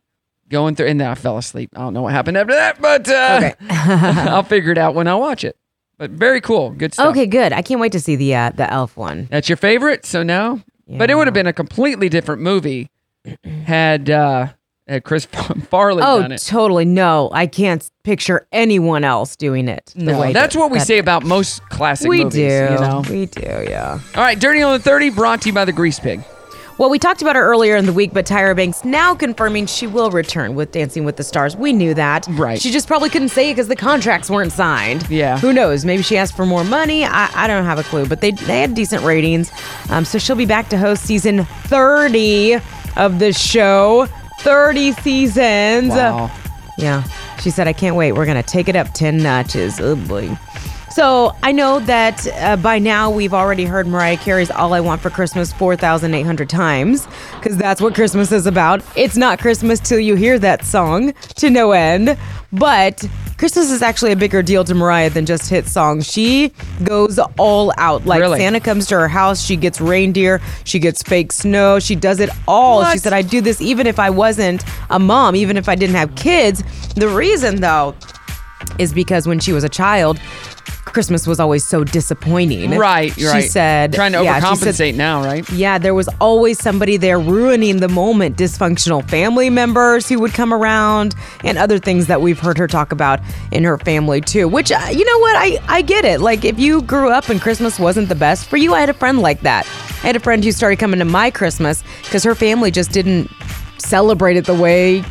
[SPEAKER 1] going through, and then I fell asleep. I don't know what happened after that, but uh, I'll figure it out when I watch it. But very cool, good stuff.
[SPEAKER 4] Okay, good. I can't wait to see the uh, the elf one.
[SPEAKER 1] That's your favorite, so now. But it would have been a completely different movie had uh, had Chris Farley
[SPEAKER 4] oh,
[SPEAKER 1] done it.
[SPEAKER 4] totally. No, I can't picture anyone else doing it. The
[SPEAKER 1] No,
[SPEAKER 4] way
[SPEAKER 1] that's
[SPEAKER 4] that-
[SPEAKER 1] what we
[SPEAKER 4] that-
[SPEAKER 1] say about most classic
[SPEAKER 4] We
[SPEAKER 1] movies.
[SPEAKER 4] do.
[SPEAKER 1] You know?
[SPEAKER 4] We do. Yeah.
[SPEAKER 1] All right, Dirty on the 30 brought to you by the Grease Pig.
[SPEAKER 4] Well, we talked about her earlier in the week, but Tyra Banks now confirming she will return with Dancing with the Stars. We knew that. Right. She just probably couldn't say it because the contracts weren't signed.
[SPEAKER 1] Yeah.
[SPEAKER 4] Who knows? Maybe she asked for more money. I, I don't have a clue, but they, they had decent ratings. Um, so she'll be back to host season 30 of the show. 30 seasons.
[SPEAKER 1] Wow.
[SPEAKER 4] Yeah. She said, I can't wait. We're going to take it up 10 notches. Oh, boy. So I know that uh, by now we've already heard Mariah Carey's All I Want for Christmas 4,800 times because that's what Christmas is about. It's not Christmas till you hear that song to no end. But Christmas is actually a bigger deal to Mariah than just hit songs. She goes all out. Like
[SPEAKER 1] Really?
[SPEAKER 4] Santa comes to her house, she gets reindeer, she gets fake snow, she does it all. She said, I do this even if I wasn't a mom, even if I didn't have kids. The reason though, is because when she was a child, Christmas was always so disappointing.
[SPEAKER 1] Right,
[SPEAKER 4] She
[SPEAKER 1] right.
[SPEAKER 4] said,
[SPEAKER 1] Trying to
[SPEAKER 4] yeah, she
[SPEAKER 1] overcompensate
[SPEAKER 4] said-
[SPEAKER 1] now, right?
[SPEAKER 4] yeah, there was always somebody there ruining the moment. Dysfunctional family members who would come around and other things that we've heard her talk about in her family too. Which uh, you know what? I I get it. Like if you grew up and Christmas wasn't the best for you, I had a friend like that. I had a friend who started coming to my Christmas cuz her family just didn't celebrate it the way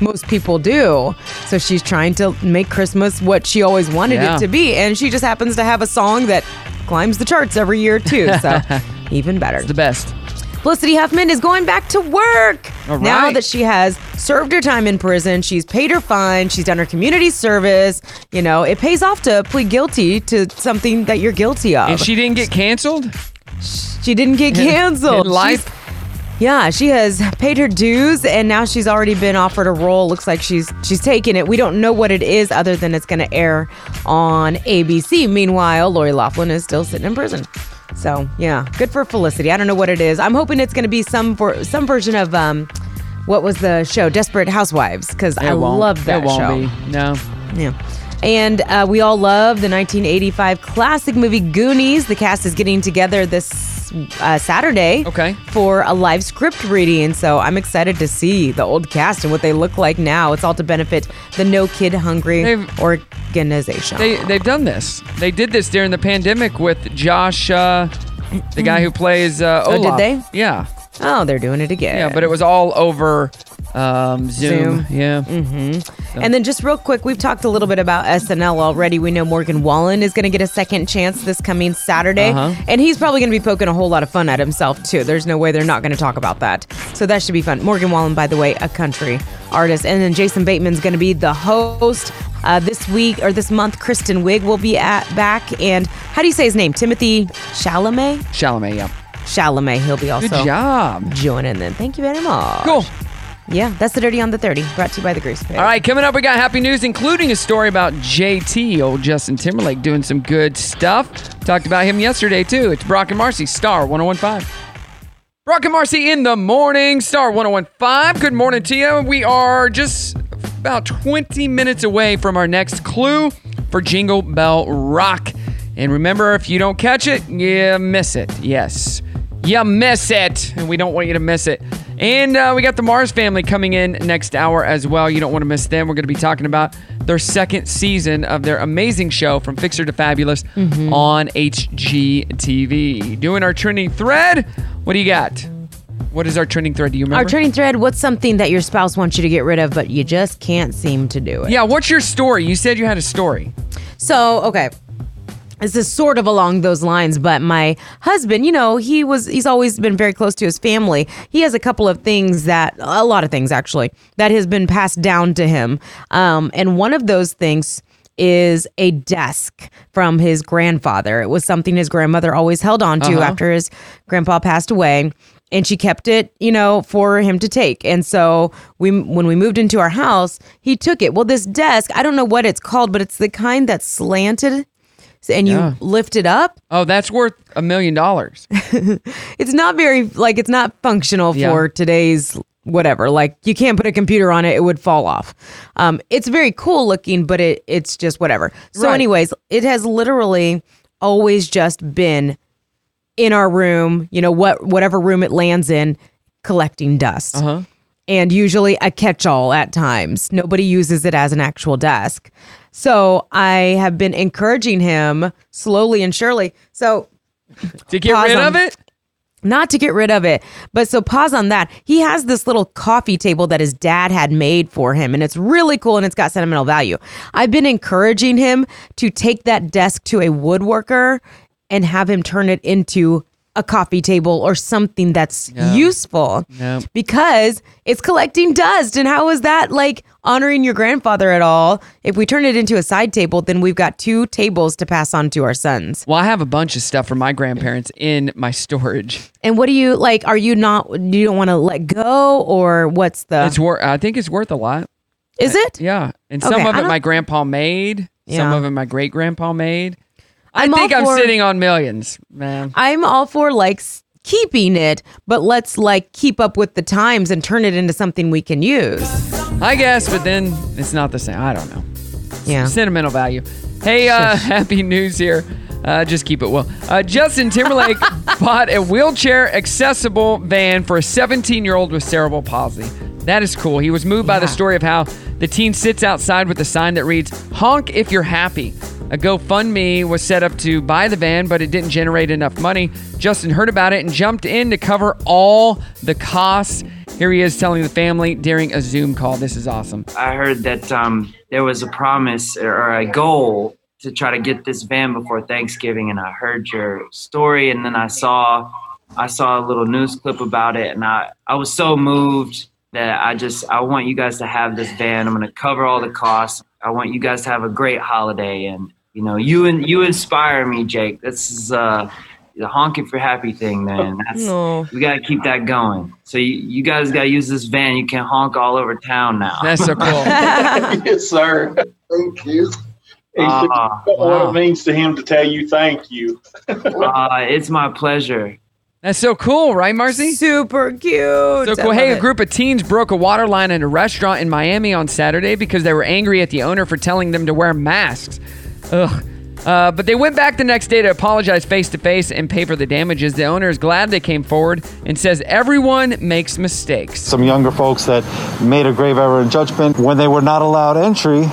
[SPEAKER 4] most people do. So she's trying to make Christmas what she always wanted
[SPEAKER 1] Yeah.
[SPEAKER 4] it to be and she just happens to have a song that climbs the charts every year too. So even better.
[SPEAKER 1] It's the best.
[SPEAKER 4] Felicity Huffman is going back to work.
[SPEAKER 1] All
[SPEAKER 4] Now
[SPEAKER 1] right.
[SPEAKER 4] that she has served her time in prison, she's paid her fine, she's done her community service. You know, it pays off to plead guilty to something that you're guilty of.
[SPEAKER 1] And she didn't get canceled?
[SPEAKER 4] She didn't get
[SPEAKER 1] In-
[SPEAKER 4] canceled.
[SPEAKER 1] in life?
[SPEAKER 4] She's- yeah, she has paid her dues, and now she's already been offered a role. Looks like she's she's taking it. We don't know what it is, other than it's going to air on ABC. Meanwhile, Lori Laughlin is still sitting in prison. So yeah, good for Felicity. I don't know what it is. I'm hoping it's going to be some for some version of um, what was the show Desperate Housewives? Because
[SPEAKER 1] It
[SPEAKER 4] I
[SPEAKER 1] won't.
[SPEAKER 4] love that
[SPEAKER 1] It won't
[SPEAKER 4] show.
[SPEAKER 1] be. No.
[SPEAKER 4] Yeah. And uh, we all love the 1985 classic movie Goonies. The cast is getting together this uh, Saturday okay. for a live script reading. So I'm excited to see the old cast and what they look like now. It's all to benefit the No Kid Hungry organization.
[SPEAKER 1] They they've done this. They did this during the pandemic with Josh, uh, the guy who plays uh,
[SPEAKER 4] Oh, did
[SPEAKER 1] Olaf.
[SPEAKER 4] they?
[SPEAKER 1] Yeah.
[SPEAKER 4] Oh, they're doing it again.
[SPEAKER 1] Yeah, but it was all over um, Zoom.
[SPEAKER 4] Zoom.
[SPEAKER 1] Yeah.
[SPEAKER 4] Mm-hmm. And then just real quick, we've talked a little bit about SNL already. We know Morgan Wallen is going to get a second chance this coming Saturday,
[SPEAKER 1] Uh-huh.
[SPEAKER 4] and he's probably going to be poking a whole lot of fun at himself too. There's no way they're not going to talk about that. So that should be fun. Morgan Wallen, by the way, a country artist, and then Jason Bateman's going to be the host. Uh, this week or this month, Kristen Wiig will be at back, and how do you say his name? Timothy Chalamet.
[SPEAKER 1] Chalamet, yeah.
[SPEAKER 4] Chalamet, he'll be also
[SPEAKER 1] Good job.
[SPEAKER 4] joining in. Thank you very much.
[SPEAKER 1] Cool.
[SPEAKER 4] Yeah, that's the dirty on the thirty. Brought to you by the Grease Pig.
[SPEAKER 1] All right, coming up, we got happy news, including a story about JT, old Justin Timberlake, doing some good stuff. Talked about him yesterday, too. It's Brock and Marcy, Star 1015. Brock and Marcy in the morning, Star 1015. Good morning to you. We are just about 20 minutes away from our next clue for Jingle Bell Rock. And remember, if you don't catch it, you miss it. Yes, you miss it. And we don't want you to miss it. And uh, we got the Mars family coming in next hour as well. You don't want to miss them. We're going to be talking about their second season of their amazing show, From Fixer to Fabulous,
[SPEAKER 6] Mhm.
[SPEAKER 1] on HGTV. Doing our trending thread. What do you got? What is our trending thread? Do you remember?
[SPEAKER 4] Our training thread, what's something that your spouse wants you to get rid of, but you just can't seem to do it?
[SPEAKER 1] Yeah, what's your story? You said you had a story.
[SPEAKER 4] So, okay. This is sort of along those lines, but my husband, you know, he was he's always been very close to his family. He has a couple of things that a lot of things actually that has been passed down to him. Um, and one of those things is a desk from his grandfather. It was something his grandmother always held on to
[SPEAKER 18] Uh-huh.
[SPEAKER 4] after his grandpa passed away. And she kept it, you know, for him to take. And so we, when we moved into our house, he took it. Well, this desk, I don't know what it's called, but it's the kind that's slanted, and you
[SPEAKER 1] Yeah.
[SPEAKER 4] lift it up.
[SPEAKER 1] Oh, that's worth a million dollars.
[SPEAKER 4] It's not very like it's not functional
[SPEAKER 1] Yeah.
[SPEAKER 4] for today's whatever. Like you can't put a computer on it; it would fall off. Um, it's very cool looking, but it it's just whatever. So,
[SPEAKER 18] Right.
[SPEAKER 4] anyways, it has literally always just been in our room. You know what? Whatever room it lands in, collecting dust.
[SPEAKER 1] Uh-huh.
[SPEAKER 4] And usually a catch all at times. Nobody uses it as an actual desk. So I have been encouraging him slowly and surely. So
[SPEAKER 1] to get rid of it?
[SPEAKER 4] not to get rid of it. But so pause on that. He has this little coffee table that his dad had made for him, and it's really cool and it's got sentimental value. I've been encouraging him to take that desk to a woodworker and have him turn it into a coffee table or something that's useful
[SPEAKER 1] No.
[SPEAKER 4] because it's collecting dust. And how is that like honoring your grandfather at all? If we turn it into a side table, then we've got two tables to pass on to our sons.
[SPEAKER 1] Well, I have a bunch of stuff from my grandparents in my storage.
[SPEAKER 4] And what do you like? Are you not? You don't want to let go, or what's the?
[SPEAKER 1] It's worth. I think it's worth a lot.
[SPEAKER 4] Is it?
[SPEAKER 1] Yeah, and
[SPEAKER 4] Okay,
[SPEAKER 1] some of
[SPEAKER 4] I
[SPEAKER 1] it
[SPEAKER 4] don't-
[SPEAKER 1] my grandpa made. Some
[SPEAKER 4] Yeah.
[SPEAKER 1] of it my great grandpa made. I
[SPEAKER 4] I'm all
[SPEAKER 1] think I'm
[SPEAKER 4] for-
[SPEAKER 1] sitting on millions, man.
[SPEAKER 4] I'm all for like s- keeping it, but let's like keep up with the times and turn it into something we can use.
[SPEAKER 1] I guess, but then it's not the same. I don't know.
[SPEAKER 4] Yeah.
[SPEAKER 1] Sentimental value. Hey, uh, happy news here. Uh, just keep it well. Uh, Justin Timberlake bought a wheelchair accessible van for a 17 year old with cerebral palsy. That is cool. He was moved by the story of how the teen sits outside with a sign that reads, Honk if you're happy. A GoFundMe was set up to buy the van, but it didn't generate enough money. Justin heard about it and jumped in to cover all the costs. Here he is telling the family during a Zoom call. This is awesome.
[SPEAKER 19] I heard that um, there was a promise or a goal to try to get this van before Thanksgiving, and I heard your story, and then I saw, I saw a little news clip about it, and I, I was so moved that I just, I want you guys to have this van. I'm going to cover all the costs. I want you guys to have a great holiday, and you know, you and you inspire me, Jake. This is uh, the honking for happy thing, man. That's,
[SPEAKER 4] No.
[SPEAKER 19] We got to keep that going. So you, you guys got to use this van. You can honk all over town now.
[SPEAKER 1] That's so cool.
[SPEAKER 20] yes, sir. Thank you. He
[SPEAKER 19] Ah,
[SPEAKER 20] said,
[SPEAKER 19] wow.
[SPEAKER 20] what it means to him to tell you thank you.
[SPEAKER 19] uh, it's my pleasure.
[SPEAKER 1] That's so cool, right, Marcy?
[SPEAKER 4] Super cute.
[SPEAKER 1] So cool.
[SPEAKER 19] I
[SPEAKER 1] Hey,
[SPEAKER 19] love
[SPEAKER 1] a
[SPEAKER 19] it.
[SPEAKER 1] group of teens broke a water line in a restaurant in Miami on Saturday because they were angry at the owner for telling them to wear masks. Ugh. Uh, but they went back the next day to apologize face to face and pay for the damages. The owner is glad they came forward and says everyone makes mistakes.
[SPEAKER 21] Some younger folks that made a grave error in judgment when they were not allowed entry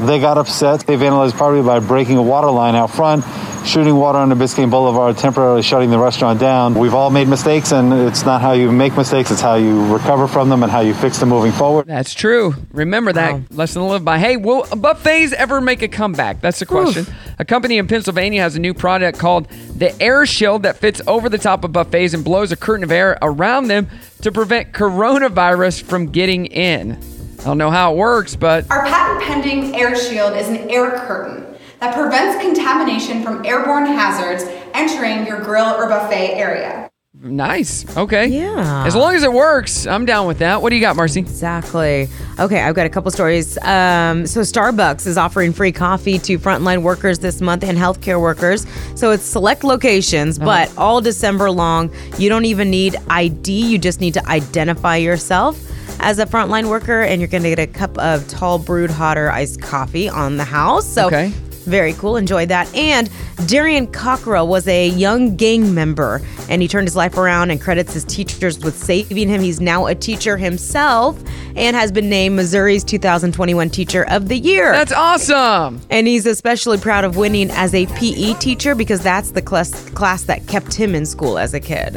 [SPEAKER 18] They got upset. They vandalized property by breaking a water line out front, shooting water onto Biscayne Boulevard, temporarily shutting the restaurant down. We've all made mistakes, and it's not how you make mistakes, it's how you recover from them and how you fix them moving forward.
[SPEAKER 1] That's true. Remember that lesson to live by. Hey, will buffets ever make a comeback? That's the question. A company in Pennsylvania has a new product called the Air Shield that fits over the top of buffets and blows a curtain of air around them to prevent coronavirus from getting in. I don't know how it works, but
[SPEAKER 21] Our patent pending air shield is an air curtain that prevents contamination from airborne hazards entering your grill or buffet area.
[SPEAKER 1] nice. Okay.
[SPEAKER 4] Yeah.
[SPEAKER 1] As long as it works, I'm down with that. What do you got, Marcy?
[SPEAKER 4] Exactly. Okay, I've got a couple stories. Um, so, Starbucks is offering free coffee to frontline workers this month and healthcare workers. So, it's select locations, but all December long. You don't even need ID, you just need to identify yourself as a frontline worker, and you're going to get a cup of tall brewed hotter iced coffee on the house. So,
[SPEAKER 1] Okay.
[SPEAKER 4] very cool. Enjoyed that. And Darian Cockrell was a young gang member, and he turned his life around and credits his teachers with saving him. He's now a teacher himself and has been named Missouri's 2021 Teacher of the Year.
[SPEAKER 1] That's awesome.
[SPEAKER 4] And he's especially proud of winning as a PE teacher because that's the class, class that kept him in school as a kid.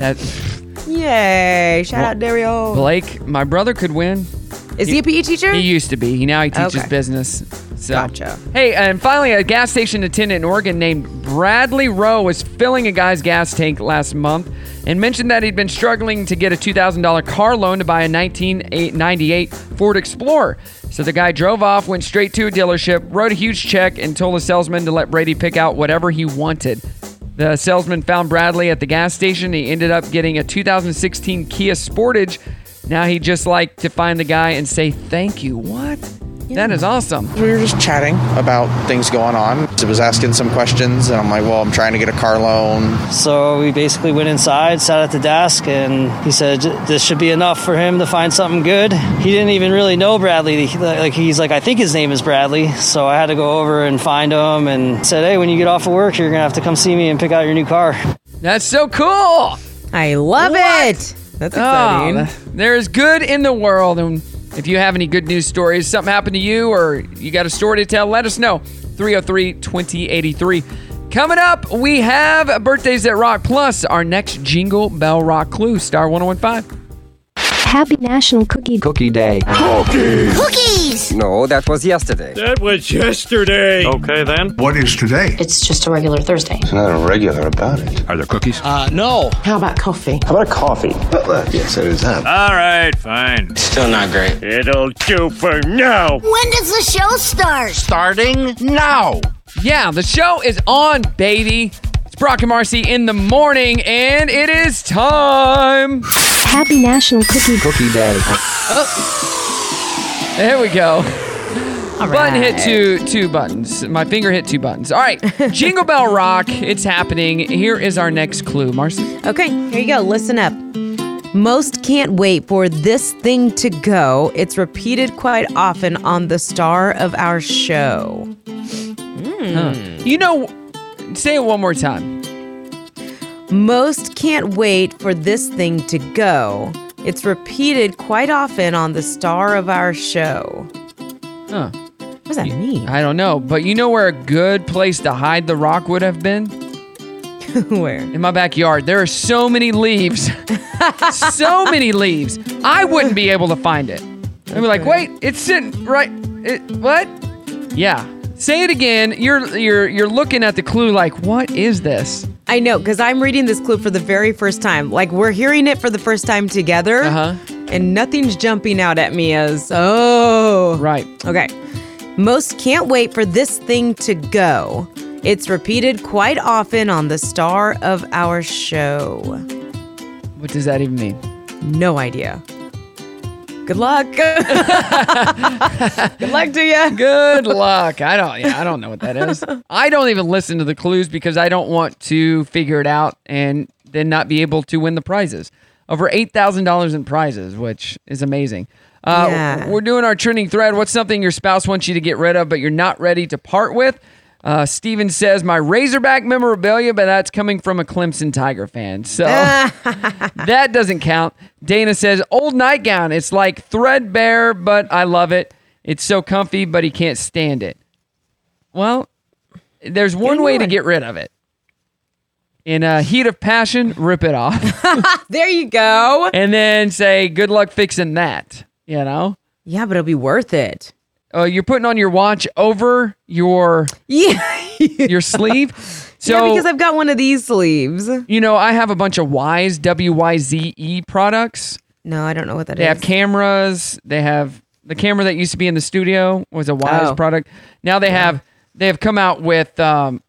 [SPEAKER 4] Yay. Shout out, Dario.
[SPEAKER 1] Blake, my brother could win.
[SPEAKER 4] Is he a PE teacher?
[SPEAKER 1] He used to be. He now he teaches
[SPEAKER 4] Okay.
[SPEAKER 1] business. So.
[SPEAKER 4] Gotcha.
[SPEAKER 1] Hey, and finally, a gas station attendant in Oregon named Bradley Rowe was filling a guy's gas tank last month and mentioned that he'd been struggling to get a $2,000 car loan to buy a 1998 Ford Explorer. So the guy drove off, went straight to a dealership, wrote a huge check, and told the salesman to let Brady pick out whatever he wanted. The salesman found Bradley at the gas station. He ended up getting a 2016 Kia Sportage. Now he just like to find the guy and say thank you. What? That is awesome.
[SPEAKER 22] We were just chatting about things going on. I was asking some questions, and I'm like, well, I'm trying to get a car loan.
[SPEAKER 23] So we basically went inside, sat at the desk, and he said "J- this should be enough for him to find something good. He didn't even really know Bradley. He- Like he's like, I think his name is Bradley. So I had to go over and find him and said, hey, when you get off of work, you're gonna have to come see me and pick out your new car.
[SPEAKER 1] That's so cool.
[SPEAKER 4] I love it. That's
[SPEAKER 1] Oh,
[SPEAKER 4] exciting.
[SPEAKER 1] th- there is good in the world. And if you have any good news stories, something happened to you, or you got a story to tell, let us know. 303 2083. Coming up, we have Birthdays that Rock Plus, our next Jingle Bell Rock Clue, Star 1015.
[SPEAKER 24] Happy National Cookie Cookie Day.
[SPEAKER 25] Cookies.
[SPEAKER 24] Cookies.
[SPEAKER 25] No, that was yesterday.
[SPEAKER 24] That was yesterday. Okay then.
[SPEAKER 25] What is today?
[SPEAKER 24] It's just a regular Thursday.
[SPEAKER 25] It's not irregular about it. Are there cookies?
[SPEAKER 24] Uh, no. How about coffee?
[SPEAKER 25] How about a coffee? But uh, yes, it is that.
[SPEAKER 24] All right, fine. Still not great. It'll do for now. When does the show start?
[SPEAKER 1] Starting now. Yeah, the show is on, baby. It's Brock and Marcy in the morning, and it is time.
[SPEAKER 24] Happy National Cookie Cookie Day.
[SPEAKER 1] There we go. Button
[SPEAKER 24] right.
[SPEAKER 1] hit two two buttons. My finger hit two buttons. All right, Jingle Bell Rock. It's happening. Here is our next clue, Marcy.
[SPEAKER 4] Okay, here you go. Listen up. Most can't wait for this thing to go. It's repeated quite often on the star of our show.
[SPEAKER 1] Huh. You know, say it one more time.
[SPEAKER 4] Most can't wait for this thing to go. It's repeated quite often on the star of our show.
[SPEAKER 1] Huh.
[SPEAKER 4] What does that mean?
[SPEAKER 1] I don't know, but you know where a good place to hide the rock would have been?
[SPEAKER 4] where?
[SPEAKER 1] In my backyard. There are so many leaves. so many leaves. I wouldn't be able to find it. I'd be like, wait, it's sitting right. It, what? Yeah. Say it again. You're you're you're looking at the clue like, what is this?
[SPEAKER 4] I know, because I'm reading this clue for the very first time. Like, we're hearing it for the first time together.
[SPEAKER 1] Uh-huh.
[SPEAKER 4] And nothing's jumping out at me as, oh.
[SPEAKER 1] Right.
[SPEAKER 4] Okay. Most can't wait for this thing to go. It's repeated quite often on the star of our show.
[SPEAKER 1] What does that even mean?
[SPEAKER 4] No idea. Good luck. Good luck to you.
[SPEAKER 1] Good luck. I don't. Yeah, I don't know what that is. I don't even listen to the clues because I don't want to figure it out and then not be able to win the prizes. Over eight thousand dollars in prizes, which is amazing. Uh,
[SPEAKER 4] Yeah.
[SPEAKER 1] We're doing our trending thread. What's something your spouse wants you to get rid of, but you're not ready to part with? Uh, Steven says my Razorback memorabilia, but that's coming from a Clemson Tiger fan. So that doesn't count. Dana says, old nightgown. It's like threadbare, but I love it. It's so comfy, but he can't stand it. Well, there's one way to get rid of it. In a heat of passion, rip it off.
[SPEAKER 4] there you go.
[SPEAKER 1] And then say, good luck fixing that, you know?
[SPEAKER 4] Yeah, but it'll be worth it.
[SPEAKER 1] Uh, you're putting on your watch over your
[SPEAKER 4] yeah.
[SPEAKER 1] your sleeve. So
[SPEAKER 4] yeah, because I've got one of these sleeves.
[SPEAKER 1] you know, I have a bunch of Wise W Y Z E products.
[SPEAKER 4] No, I don't know what that is.
[SPEAKER 1] They have cameras. They have the camera that used to be in the studio was a Wise
[SPEAKER 4] Oh.
[SPEAKER 1] product. Now they have they have come out with um,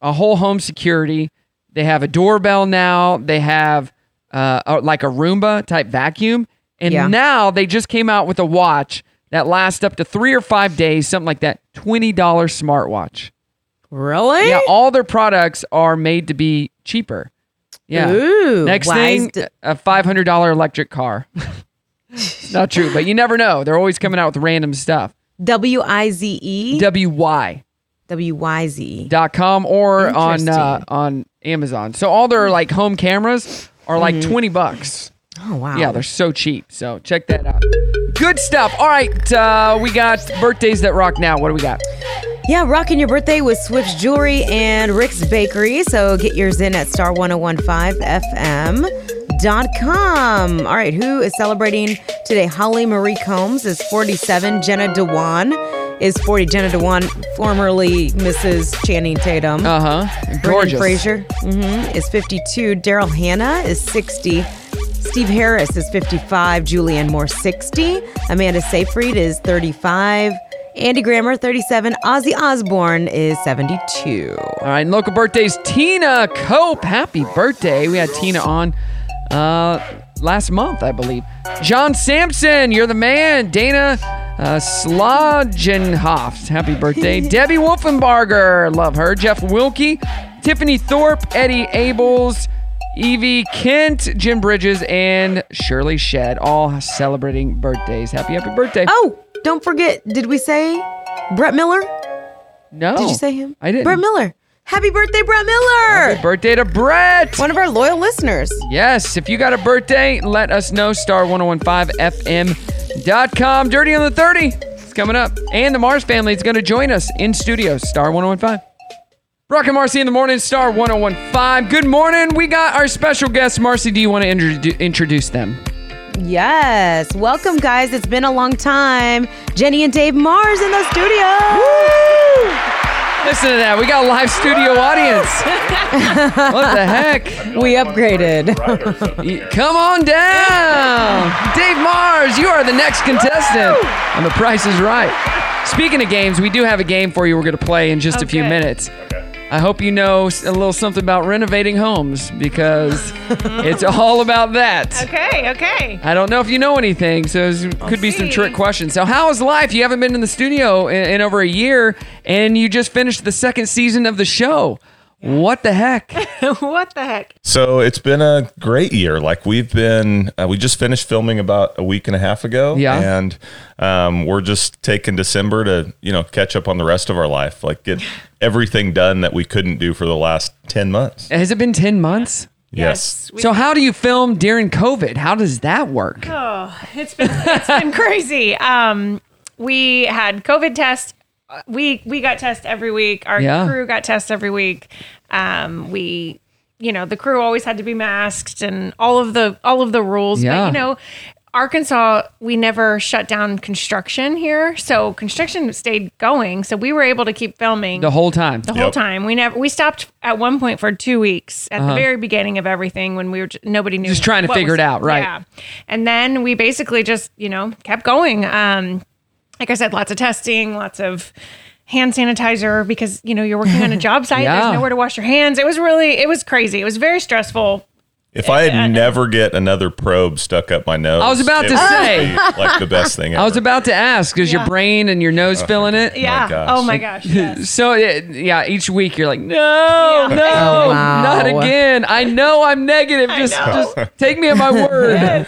[SPEAKER 1] a whole home security. They have a doorbell now. They have uh, a, like a Roomba type vacuum, and
[SPEAKER 4] Yeah.
[SPEAKER 1] now they just came out with a watch that lasts up to three or five days, something like that. Twenty dollar smartwatch.
[SPEAKER 4] Really?
[SPEAKER 1] Yeah, all their products are made to be cheaper. Yeah.
[SPEAKER 4] Ooh,
[SPEAKER 1] Next
[SPEAKER 4] wise
[SPEAKER 1] thing,
[SPEAKER 4] d-
[SPEAKER 1] a five hundred dollar electric car. It's Not true, but you never know. They're always coming out with random stuff.
[SPEAKER 4] W I Z E
[SPEAKER 1] W Y
[SPEAKER 4] W Y Z E.
[SPEAKER 1] dot com or on uh,
[SPEAKER 4] Interesting.
[SPEAKER 1] on Amazon. So all their like home cameras are like
[SPEAKER 4] Mhm.
[SPEAKER 1] twenty bucks.
[SPEAKER 4] Oh wow.
[SPEAKER 1] Yeah, they're so cheap. So check that out. Good stuff. All right, uh, we got birthdays that rock now. What do we got?
[SPEAKER 4] Yeah, rocking your birthday with Swift's Jewelry and Rick's Bakery. So get yours in at star1015fm.com. All right, who is celebrating today? Holly Marie Combs is 47. Jenna Dewan is 40. Jenna Dewan, formerly Mrs. Channing Tatum.
[SPEAKER 1] Uh huh.
[SPEAKER 4] Brendan
[SPEAKER 1] Gorgeous.
[SPEAKER 4] Fraser mhm, is 52. Daryl Hannah is 60. Steve Harris is 55. Julianne Moore, 60. Amanda Seyfried is 35. Andy Grammer, 37. Ozzy Osbourne is 72.
[SPEAKER 1] All right, and local birthdays. Tina Cope, happy birthday. We had Tina on uh, last month, I believe. John Sampson, you're the man. Dana uh, Slogenhoff, happy birthday. Debbie Wolfenbarger, love her. Jeff Wilkie, Tiffany Thorpe, Eddie Abels, Evie Kent, Jim Bridges, and Shirley Shedd, all celebrating birthdays. Happy, happy birthday.
[SPEAKER 4] Oh, don't forget, did we say Brett Miller?
[SPEAKER 1] No.
[SPEAKER 4] Did you say him?
[SPEAKER 1] Oh, I didn't.
[SPEAKER 4] Brett Miller. Happy birthday, Brett Miller.
[SPEAKER 1] Happy birthday to Brett.
[SPEAKER 4] One of our loyal listeners.
[SPEAKER 1] Yes, if you got a birthday, let us know. Star1015fm.com. Dirty on the 30. It's coming up. And the Mars family is going to join us in studio. Star 1015. Rock and Marcy in the morning, Star 1015. Good morning. We got our special guest. Marcy, do you want to introdu- introduce them?
[SPEAKER 4] Yes. Welcome, guys. It's been a long time. Jenny and Dave Mars in the studio.
[SPEAKER 1] Listen to that. We got a live studio audience. what the heck?
[SPEAKER 4] We upgraded.
[SPEAKER 1] Come on down. Dave Mars, you are the next contestant on The Price is Right. Speaking of games, we do have a game for you we're going to play in just a few
[SPEAKER 4] Okay.
[SPEAKER 1] minutes. I hope you know s- a little something about renovating homes because it's all about that.
[SPEAKER 2] Okay, okay.
[SPEAKER 1] I don't know if you know anything, so there could be some trick questions. So, how is life? You haven't been in the studio in, in over a year, and you just finished the second season of the show. What the heck?
[SPEAKER 2] what the heck?
[SPEAKER 3] So it's been a great year. Like we've been, uh, we just finished filming about a week and a half ago.
[SPEAKER 1] Yeah.
[SPEAKER 3] And um, we're just taking December to, you know, catch up on the rest of our life, like get everything done that we couldn't do for the last 10 months.
[SPEAKER 1] Has it been 10 months?
[SPEAKER 3] Yes.
[SPEAKER 1] So, how do you film during COVID? How does that work?
[SPEAKER 2] Oh, it's been it's been crazy. Um, we had COVID tests. Uh, We we got tests every week. Our
[SPEAKER 1] Yeah.
[SPEAKER 2] crew got tests every week. Um, we, you know, the crew always had to be masked and all of the all of the rules. But
[SPEAKER 5] Yeah.
[SPEAKER 2] you know, Arkansas, we never shut down construction here, so construction stayed going. So we were able to keep filming
[SPEAKER 1] The whole time.
[SPEAKER 2] The whole time. We never we stopped at one point for two weeks at
[SPEAKER 1] Uh-huh.
[SPEAKER 2] the very beginning of everything when we were j- nobody knew
[SPEAKER 1] Just trying to
[SPEAKER 2] what
[SPEAKER 1] figure
[SPEAKER 2] was-
[SPEAKER 1] it out, right.
[SPEAKER 2] Yeah. And then we basically just, you know, kept going. Um, like I said, lots of testing, lots of hand sanitizer because, you know, you're working on a job site.
[SPEAKER 3] Yeah.
[SPEAKER 2] There's nowhere to wash your hands. It was really, it was crazy. It was very stressful.
[SPEAKER 3] If I had never get another probe stuck up my nose,
[SPEAKER 1] I was about
[SPEAKER 3] it
[SPEAKER 1] to
[SPEAKER 3] would
[SPEAKER 1] say.
[SPEAKER 3] be, like the best thing ever.
[SPEAKER 1] I was about to ask, is
[SPEAKER 2] Yeah.
[SPEAKER 1] your brain and your nose
[SPEAKER 3] Oh,
[SPEAKER 1] feeling it?
[SPEAKER 2] Yeah.
[SPEAKER 3] gosh.
[SPEAKER 2] oh my gosh. yes.
[SPEAKER 1] So, it, yeah, each week you're like, no,
[SPEAKER 2] Yeah.
[SPEAKER 1] no,
[SPEAKER 2] Oh,
[SPEAKER 4] wow.
[SPEAKER 1] not again. I know I'm negative. Just, just take me at my word.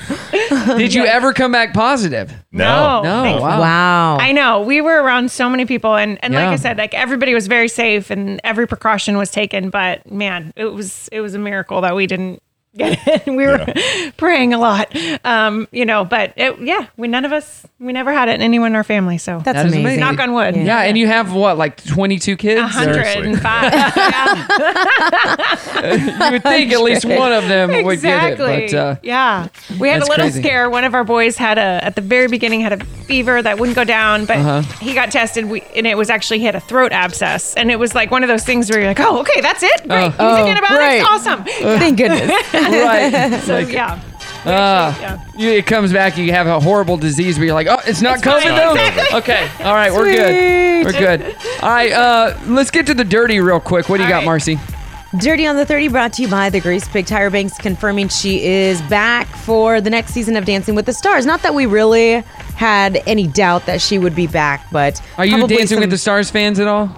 [SPEAKER 1] Did you ever come back positive?
[SPEAKER 2] No.
[SPEAKER 1] No.
[SPEAKER 2] Oh, Thank-
[SPEAKER 1] Wow.
[SPEAKER 2] I know. We were around so many people and, and like
[SPEAKER 1] Oh. Yeah.
[SPEAKER 2] I said, like everybody was very safe and every precaution was taken, but man, it was it was a miracle that we didn't get it. We were praying a lot, um, you know. But it, yeah, we none of us we never had it in anyone in our family. So
[SPEAKER 1] That is
[SPEAKER 2] Knock on wood.
[SPEAKER 1] Yeah. and you have what, like 22 kids?
[SPEAKER 2] 105.
[SPEAKER 1] you would think at least one of them would get it.
[SPEAKER 2] exactly.
[SPEAKER 1] But, uh,
[SPEAKER 2] yeah, we had a
[SPEAKER 1] that's
[SPEAKER 2] little
[SPEAKER 1] crazy.
[SPEAKER 2] scare. One of our boys had a at the very beginning had a fever that wouldn't go down, but
[SPEAKER 1] Uh-huh.
[SPEAKER 2] he got tested we, and it was actually he had a throat abscess, and it was like one of those things where you're like, oh, okay, that's it, great,
[SPEAKER 1] Oh.
[SPEAKER 2] he's
[SPEAKER 1] Oh,
[SPEAKER 2] an antibiotics,
[SPEAKER 1] great.
[SPEAKER 2] awesome,
[SPEAKER 1] Uh, thank goodness. Right.
[SPEAKER 2] so
[SPEAKER 1] Like-
[SPEAKER 2] yeah,
[SPEAKER 1] Uh, you- it comes back, you have a horrible disease where you're like, oh, it's not
[SPEAKER 2] It's
[SPEAKER 1] COVID
[SPEAKER 2] fine.
[SPEAKER 1] though?
[SPEAKER 2] Exactly.
[SPEAKER 1] Okay, all right, we're good. We're
[SPEAKER 4] Sweet.
[SPEAKER 1] good. All right, uh, let's get to the dirty real quick. What do you got, Marcy?
[SPEAKER 4] Dirty on the 30 brought to you by the Grace Pig Tire Banks confirming she is back for the next season of Dancing with the Stars. Not that we really had any doubt that she would be back, but
[SPEAKER 1] Are you
[SPEAKER 4] probably
[SPEAKER 1] Dancing
[SPEAKER 4] some-
[SPEAKER 1] with the Stars fans at all?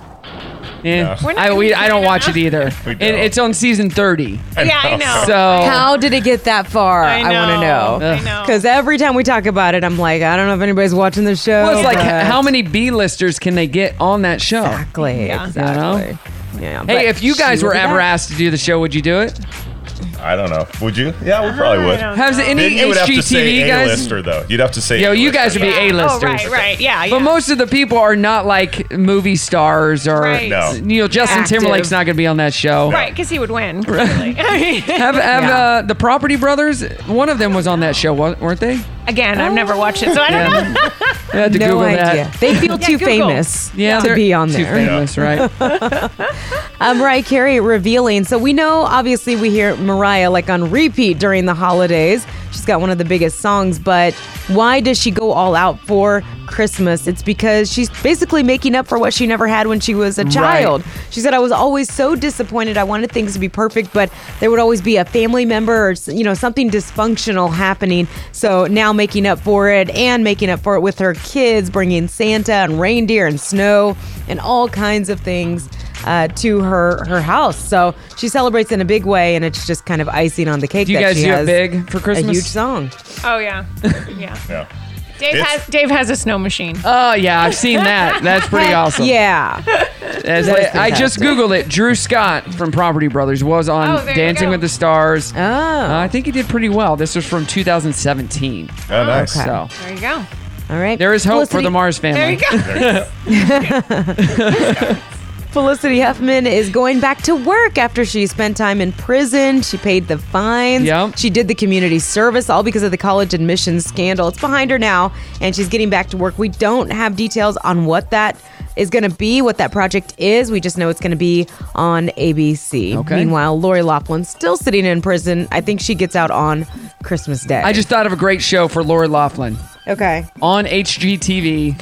[SPEAKER 1] Yeah.
[SPEAKER 4] We're not
[SPEAKER 1] I,
[SPEAKER 4] gonna
[SPEAKER 1] we,
[SPEAKER 4] be
[SPEAKER 1] I don't watch it either. And it's on season 30.
[SPEAKER 4] Yeah, I know.
[SPEAKER 1] So
[SPEAKER 4] how did it get that far? I,
[SPEAKER 1] know.
[SPEAKER 4] want
[SPEAKER 1] I
[SPEAKER 4] to know. Because every time we talk about it, I'm like, I don't know if anybody's watching the show.
[SPEAKER 1] Well, it's like,
[SPEAKER 4] but-
[SPEAKER 1] how many B-listers can they get on that show?
[SPEAKER 4] Exactly.
[SPEAKER 1] Yeah.
[SPEAKER 4] Exactly. but
[SPEAKER 1] hey, if you guys
[SPEAKER 4] she
[SPEAKER 1] were
[SPEAKER 4] will be
[SPEAKER 1] ever
[SPEAKER 4] back.
[SPEAKER 1] asked to do the show, would you do it?
[SPEAKER 3] I don't know. Would you? Yeah, we probably would.
[SPEAKER 1] don't Has know. any
[SPEAKER 3] Then you would have to
[SPEAKER 1] HGTV
[SPEAKER 3] say
[SPEAKER 1] guys-
[SPEAKER 3] A-lister though. You'd have to say.
[SPEAKER 1] Yo, you
[SPEAKER 4] Oh,
[SPEAKER 1] guys would be
[SPEAKER 3] A-lister.
[SPEAKER 1] A-listers.
[SPEAKER 2] Oh, right, yeah,
[SPEAKER 1] But most of the people are not like movie stars or
[SPEAKER 2] Right. No.
[SPEAKER 1] you know Justin
[SPEAKER 2] Active.
[SPEAKER 1] Timberlake's not going to be on that show.
[SPEAKER 2] right, because he would win. Really.
[SPEAKER 1] Have, have uh, the Property Brothers? One of them was on that show, wa- weren't they?
[SPEAKER 2] Again, I've never watched it, so I don't
[SPEAKER 1] Yeah.
[SPEAKER 2] know.
[SPEAKER 1] I had to
[SPEAKER 4] No
[SPEAKER 1] Google
[SPEAKER 4] idea.
[SPEAKER 1] that.
[SPEAKER 4] They feel too
[SPEAKER 2] Google.
[SPEAKER 4] famous
[SPEAKER 1] Yeah,
[SPEAKER 4] to
[SPEAKER 1] they're
[SPEAKER 4] be on
[SPEAKER 1] too
[SPEAKER 4] there.
[SPEAKER 1] famous, right?
[SPEAKER 4] um, Mariah Carey revealing. So we know, obviously, we hear Mariah like on repeat during the holidays. She's got one of the biggest songs, but why does she go all out for Christmas? It's because she's basically making up for what she never had when she was a
[SPEAKER 5] Right.
[SPEAKER 4] child. She said, "I was always so disappointed. I wanted things to be perfect, but there would always be a family member or you know something dysfunctional happening. So now making up for it and making up for it with her kids, bringing Santa and reindeer and snow and all kinds of things uh, to her her house. So she celebrates in a big way, and it's just kind of icing on the cake.
[SPEAKER 1] Do you
[SPEAKER 4] that
[SPEAKER 1] guys
[SPEAKER 4] she
[SPEAKER 1] do it
[SPEAKER 4] has
[SPEAKER 1] big for
[SPEAKER 4] A
[SPEAKER 1] Christmas?
[SPEAKER 4] huge song.
[SPEAKER 2] Oh yeah, yeah.
[SPEAKER 3] yeah.
[SPEAKER 2] Dave
[SPEAKER 1] It's-
[SPEAKER 2] has Dave has a snow machine.
[SPEAKER 1] Oh yeah, I've seen that. That's pretty awesome.
[SPEAKER 4] Yeah.
[SPEAKER 1] As
[SPEAKER 2] That is
[SPEAKER 1] I, I just
[SPEAKER 2] fantastic.
[SPEAKER 1] googled it. Drew Scott from Property Brothers was on
[SPEAKER 2] Oh, there you
[SPEAKER 1] Dancing
[SPEAKER 2] go.
[SPEAKER 1] with the Stars. Oh, I think he did pretty well. This was from 2017.
[SPEAKER 3] Oh, nice. Okay.
[SPEAKER 1] So
[SPEAKER 2] There you go.
[SPEAKER 4] All right.
[SPEAKER 1] there is hope for
[SPEAKER 4] Felicity-
[SPEAKER 1] the Mars family.
[SPEAKER 2] There
[SPEAKER 4] Felicity Huffman is going back to work after she spent time in prison. She paid the fines. She did the community service, all because of the college admissions scandal. It's behind her now, and she's getting back to work. We don't have details on what that is going to be, what that project is. We just know it's going to be on ABC.
[SPEAKER 1] Okay.
[SPEAKER 4] Meanwhile, Lori Laughlin's still sitting in prison. I think she gets out on Christmas Day.
[SPEAKER 1] I just thought of a great show for Lori Laughlin
[SPEAKER 4] okay.
[SPEAKER 1] on HGTV.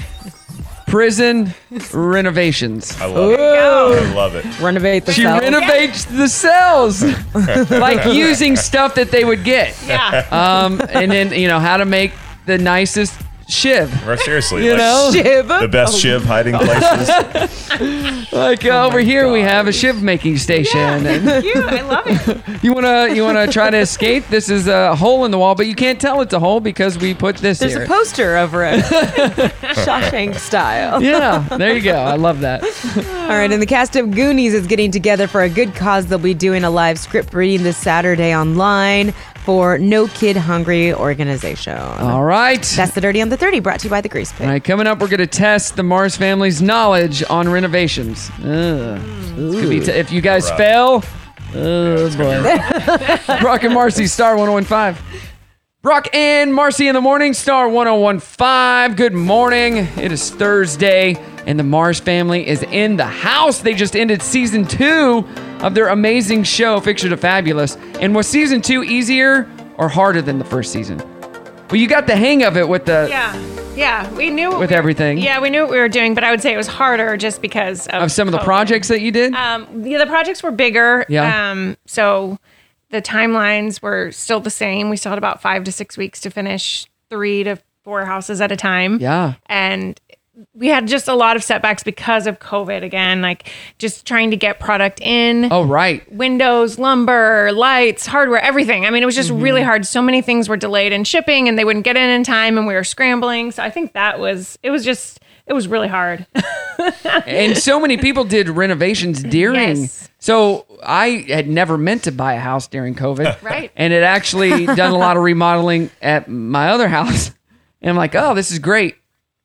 [SPEAKER 1] Prison renovations.
[SPEAKER 2] Oh.
[SPEAKER 1] I
[SPEAKER 3] love it. I love it.
[SPEAKER 4] Renovate the
[SPEAKER 1] She
[SPEAKER 4] cells.
[SPEAKER 1] renovates the cells, like using stuff that they would get.
[SPEAKER 3] Yeah.
[SPEAKER 1] Um, and then you know how to make the nicest shiv.
[SPEAKER 3] Or seriously,
[SPEAKER 1] You
[SPEAKER 3] like,
[SPEAKER 1] know? Oh. Shiv.
[SPEAKER 3] the best shiv hiding places.
[SPEAKER 1] like uh, over here we have a shiv making station. and-
[SPEAKER 2] you go. I love it.
[SPEAKER 1] you wanna you wanna try to escape? This is a hole in the wall, but you can't tell it's a hole because we put this
[SPEAKER 4] There's
[SPEAKER 1] here.
[SPEAKER 4] a poster over it, Shawshank style.
[SPEAKER 1] yeah, there you go. I love that.
[SPEAKER 4] All right, and the cast of Goonies is getting together for a good cause. They'll be doing a live script reading this Saturday online for No Kid Hungry organization. All
[SPEAKER 1] right.
[SPEAKER 4] That's the Dirty on the 30 brought to you by the Grease Pig.
[SPEAKER 1] All right, coming up, we're gonna test the Mars family's knowledge on renovations. Ugh. This could be t- if you guys
[SPEAKER 4] Rough.
[SPEAKER 1] fail, oh boy. Brock and Marcy, Star 1015. Brock and Marcy in the morning, Star 1015. Good morning. It is Thursday, and the Mars family is in the house. They just ended season two of their amazing show, Picture to Fabulous. And was season two easier or harder than the first season? Well, you got the hang of it with the
[SPEAKER 2] Yeah, yeah. We knew what
[SPEAKER 1] With
[SPEAKER 2] we were-
[SPEAKER 1] everything.
[SPEAKER 2] Yeah, we knew what we were doing, but I would say it was harder just because of,
[SPEAKER 1] of some of the
[SPEAKER 2] COVID.
[SPEAKER 1] projects that you did.
[SPEAKER 2] Oh, Um, yeah, the projects were bigger.
[SPEAKER 1] Yeah.
[SPEAKER 2] Um, so the timelines were still the same. We still had about five to six weeks to finish three to four houses at a time.
[SPEAKER 1] Yeah.
[SPEAKER 2] and we had just a lot of setbacks because of COVID again, like just trying to get product in.
[SPEAKER 1] Oh, right.
[SPEAKER 2] Windows, lumber, lights, hardware, everything. I mean, it was just
[SPEAKER 1] Mm-hmm.
[SPEAKER 2] really hard. So many things were delayed in shipping and they wouldn't get in in time and we were scrambling. So I think that was, it was just, it It was really hard.
[SPEAKER 1] and so many people did renovations during. So I had never meant to buy a house during COVID.
[SPEAKER 2] Right.
[SPEAKER 1] And it actually done a lot of remodeling at my other house. And I'm like, oh, this is great.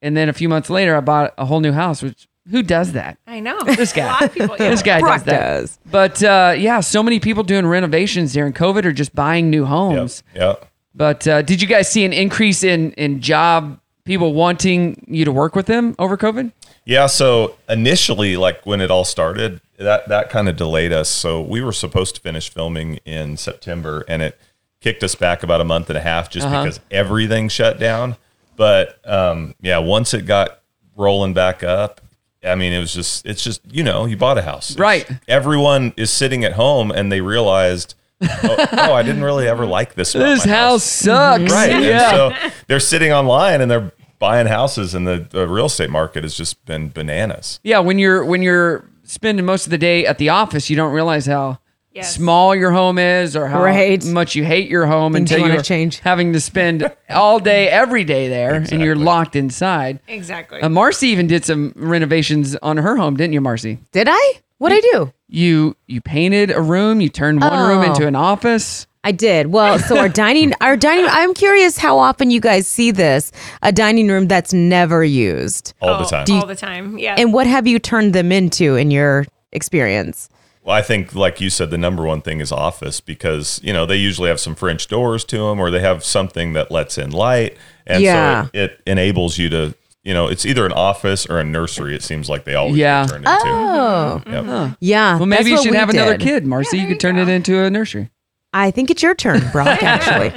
[SPEAKER 1] And then a few months later, I bought a whole new house, which who does that?
[SPEAKER 2] I know.
[SPEAKER 1] This guy.
[SPEAKER 2] A lot of people.
[SPEAKER 1] This guy
[SPEAKER 4] Brock
[SPEAKER 1] does that. But uh, yeah, so many people doing renovations during COVID or just buying new homes.
[SPEAKER 3] Yep.
[SPEAKER 1] But uh, did you guys see an increase in in job people wanting you to work with them over COVID?
[SPEAKER 3] Yeah, so initially, like when it all started, that that kind of delayed us. So we were supposed to finish filming in September, and it kicked us back about a month and a half just
[SPEAKER 5] Uh-huh.
[SPEAKER 3] because everything shut down. But um, yeah, once it got rolling back up, I mean, it was just it's just you know you bought a house, right? everyone is sitting at home, and they realized. oh, oh, I didn't really ever like this. about
[SPEAKER 1] This
[SPEAKER 3] my
[SPEAKER 1] house sucks.
[SPEAKER 3] Right. and
[SPEAKER 1] Yeah.
[SPEAKER 3] so they're sitting online and they're buying houses and the, the real estate market has just been bananas.
[SPEAKER 1] Yeah, when you're when you're spending most of the day at the office, you don't realize how small your home is or how
[SPEAKER 4] Right.
[SPEAKER 1] much you hate your home
[SPEAKER 4] Things you
[SPEAKER 1] until
[SPEAKER 4] wanna
[SPEAKER 1] you're having to spend all day every day there and you're locked inside.
[SPEAKER 2] Exactly.
[SPEAKER 1] Uh, Marcy even did some renovations on her home, didn't you, Marcy?
[SPEAKER 4] Did I? What'd I do?
[SPEAKER 1] You you painted a room, you turned one room
[SPEAKER 4] Oh.
[SPEAKER 1] into an office.
[SPEAKER 4] I did. Well, so our dining, our dining, I'm curious how often you guys see this a dining room that's never used.
[SPEAKER 3] All the time.
[SPEAKER 4] Do you-
[SPEAKER 2] All the time. Yeah.
[SPEAKER 4] And what have you turned them into in your experience?
[SPEAKER 3] Well, I think, like you said, the number one thing is office because, you know, they usually have some French doors to them or they have something that lets in light. And
[SPEAKER 4] Yeah.
[SPEAKER 3] so it, it enables you to, you know, it's either an office or a nursery. It seems like they always
[SPEAKER 1] Yeah.
[SPEAKER 3] get turned into. Mm-hmm.
[SPEAKER 4] Oh.
[SPEAKER 3] Yep.
[SPEAKER 4] Yeah.
[SPEAKER 1] Well, maybe
[SPEAKER 4] that's
[SPEAKER 1] you
[SPEAKER 4] what
[SPEAKER 1] should
[SPEAKER 4] we
[SPEAKER 1] have another
[SPEAKER 4] did.
[SPEAKER 1] kid, Marcy. you could turn it into a nursery.
[SPEAKER 4] I think it's your turn, Brock, actually.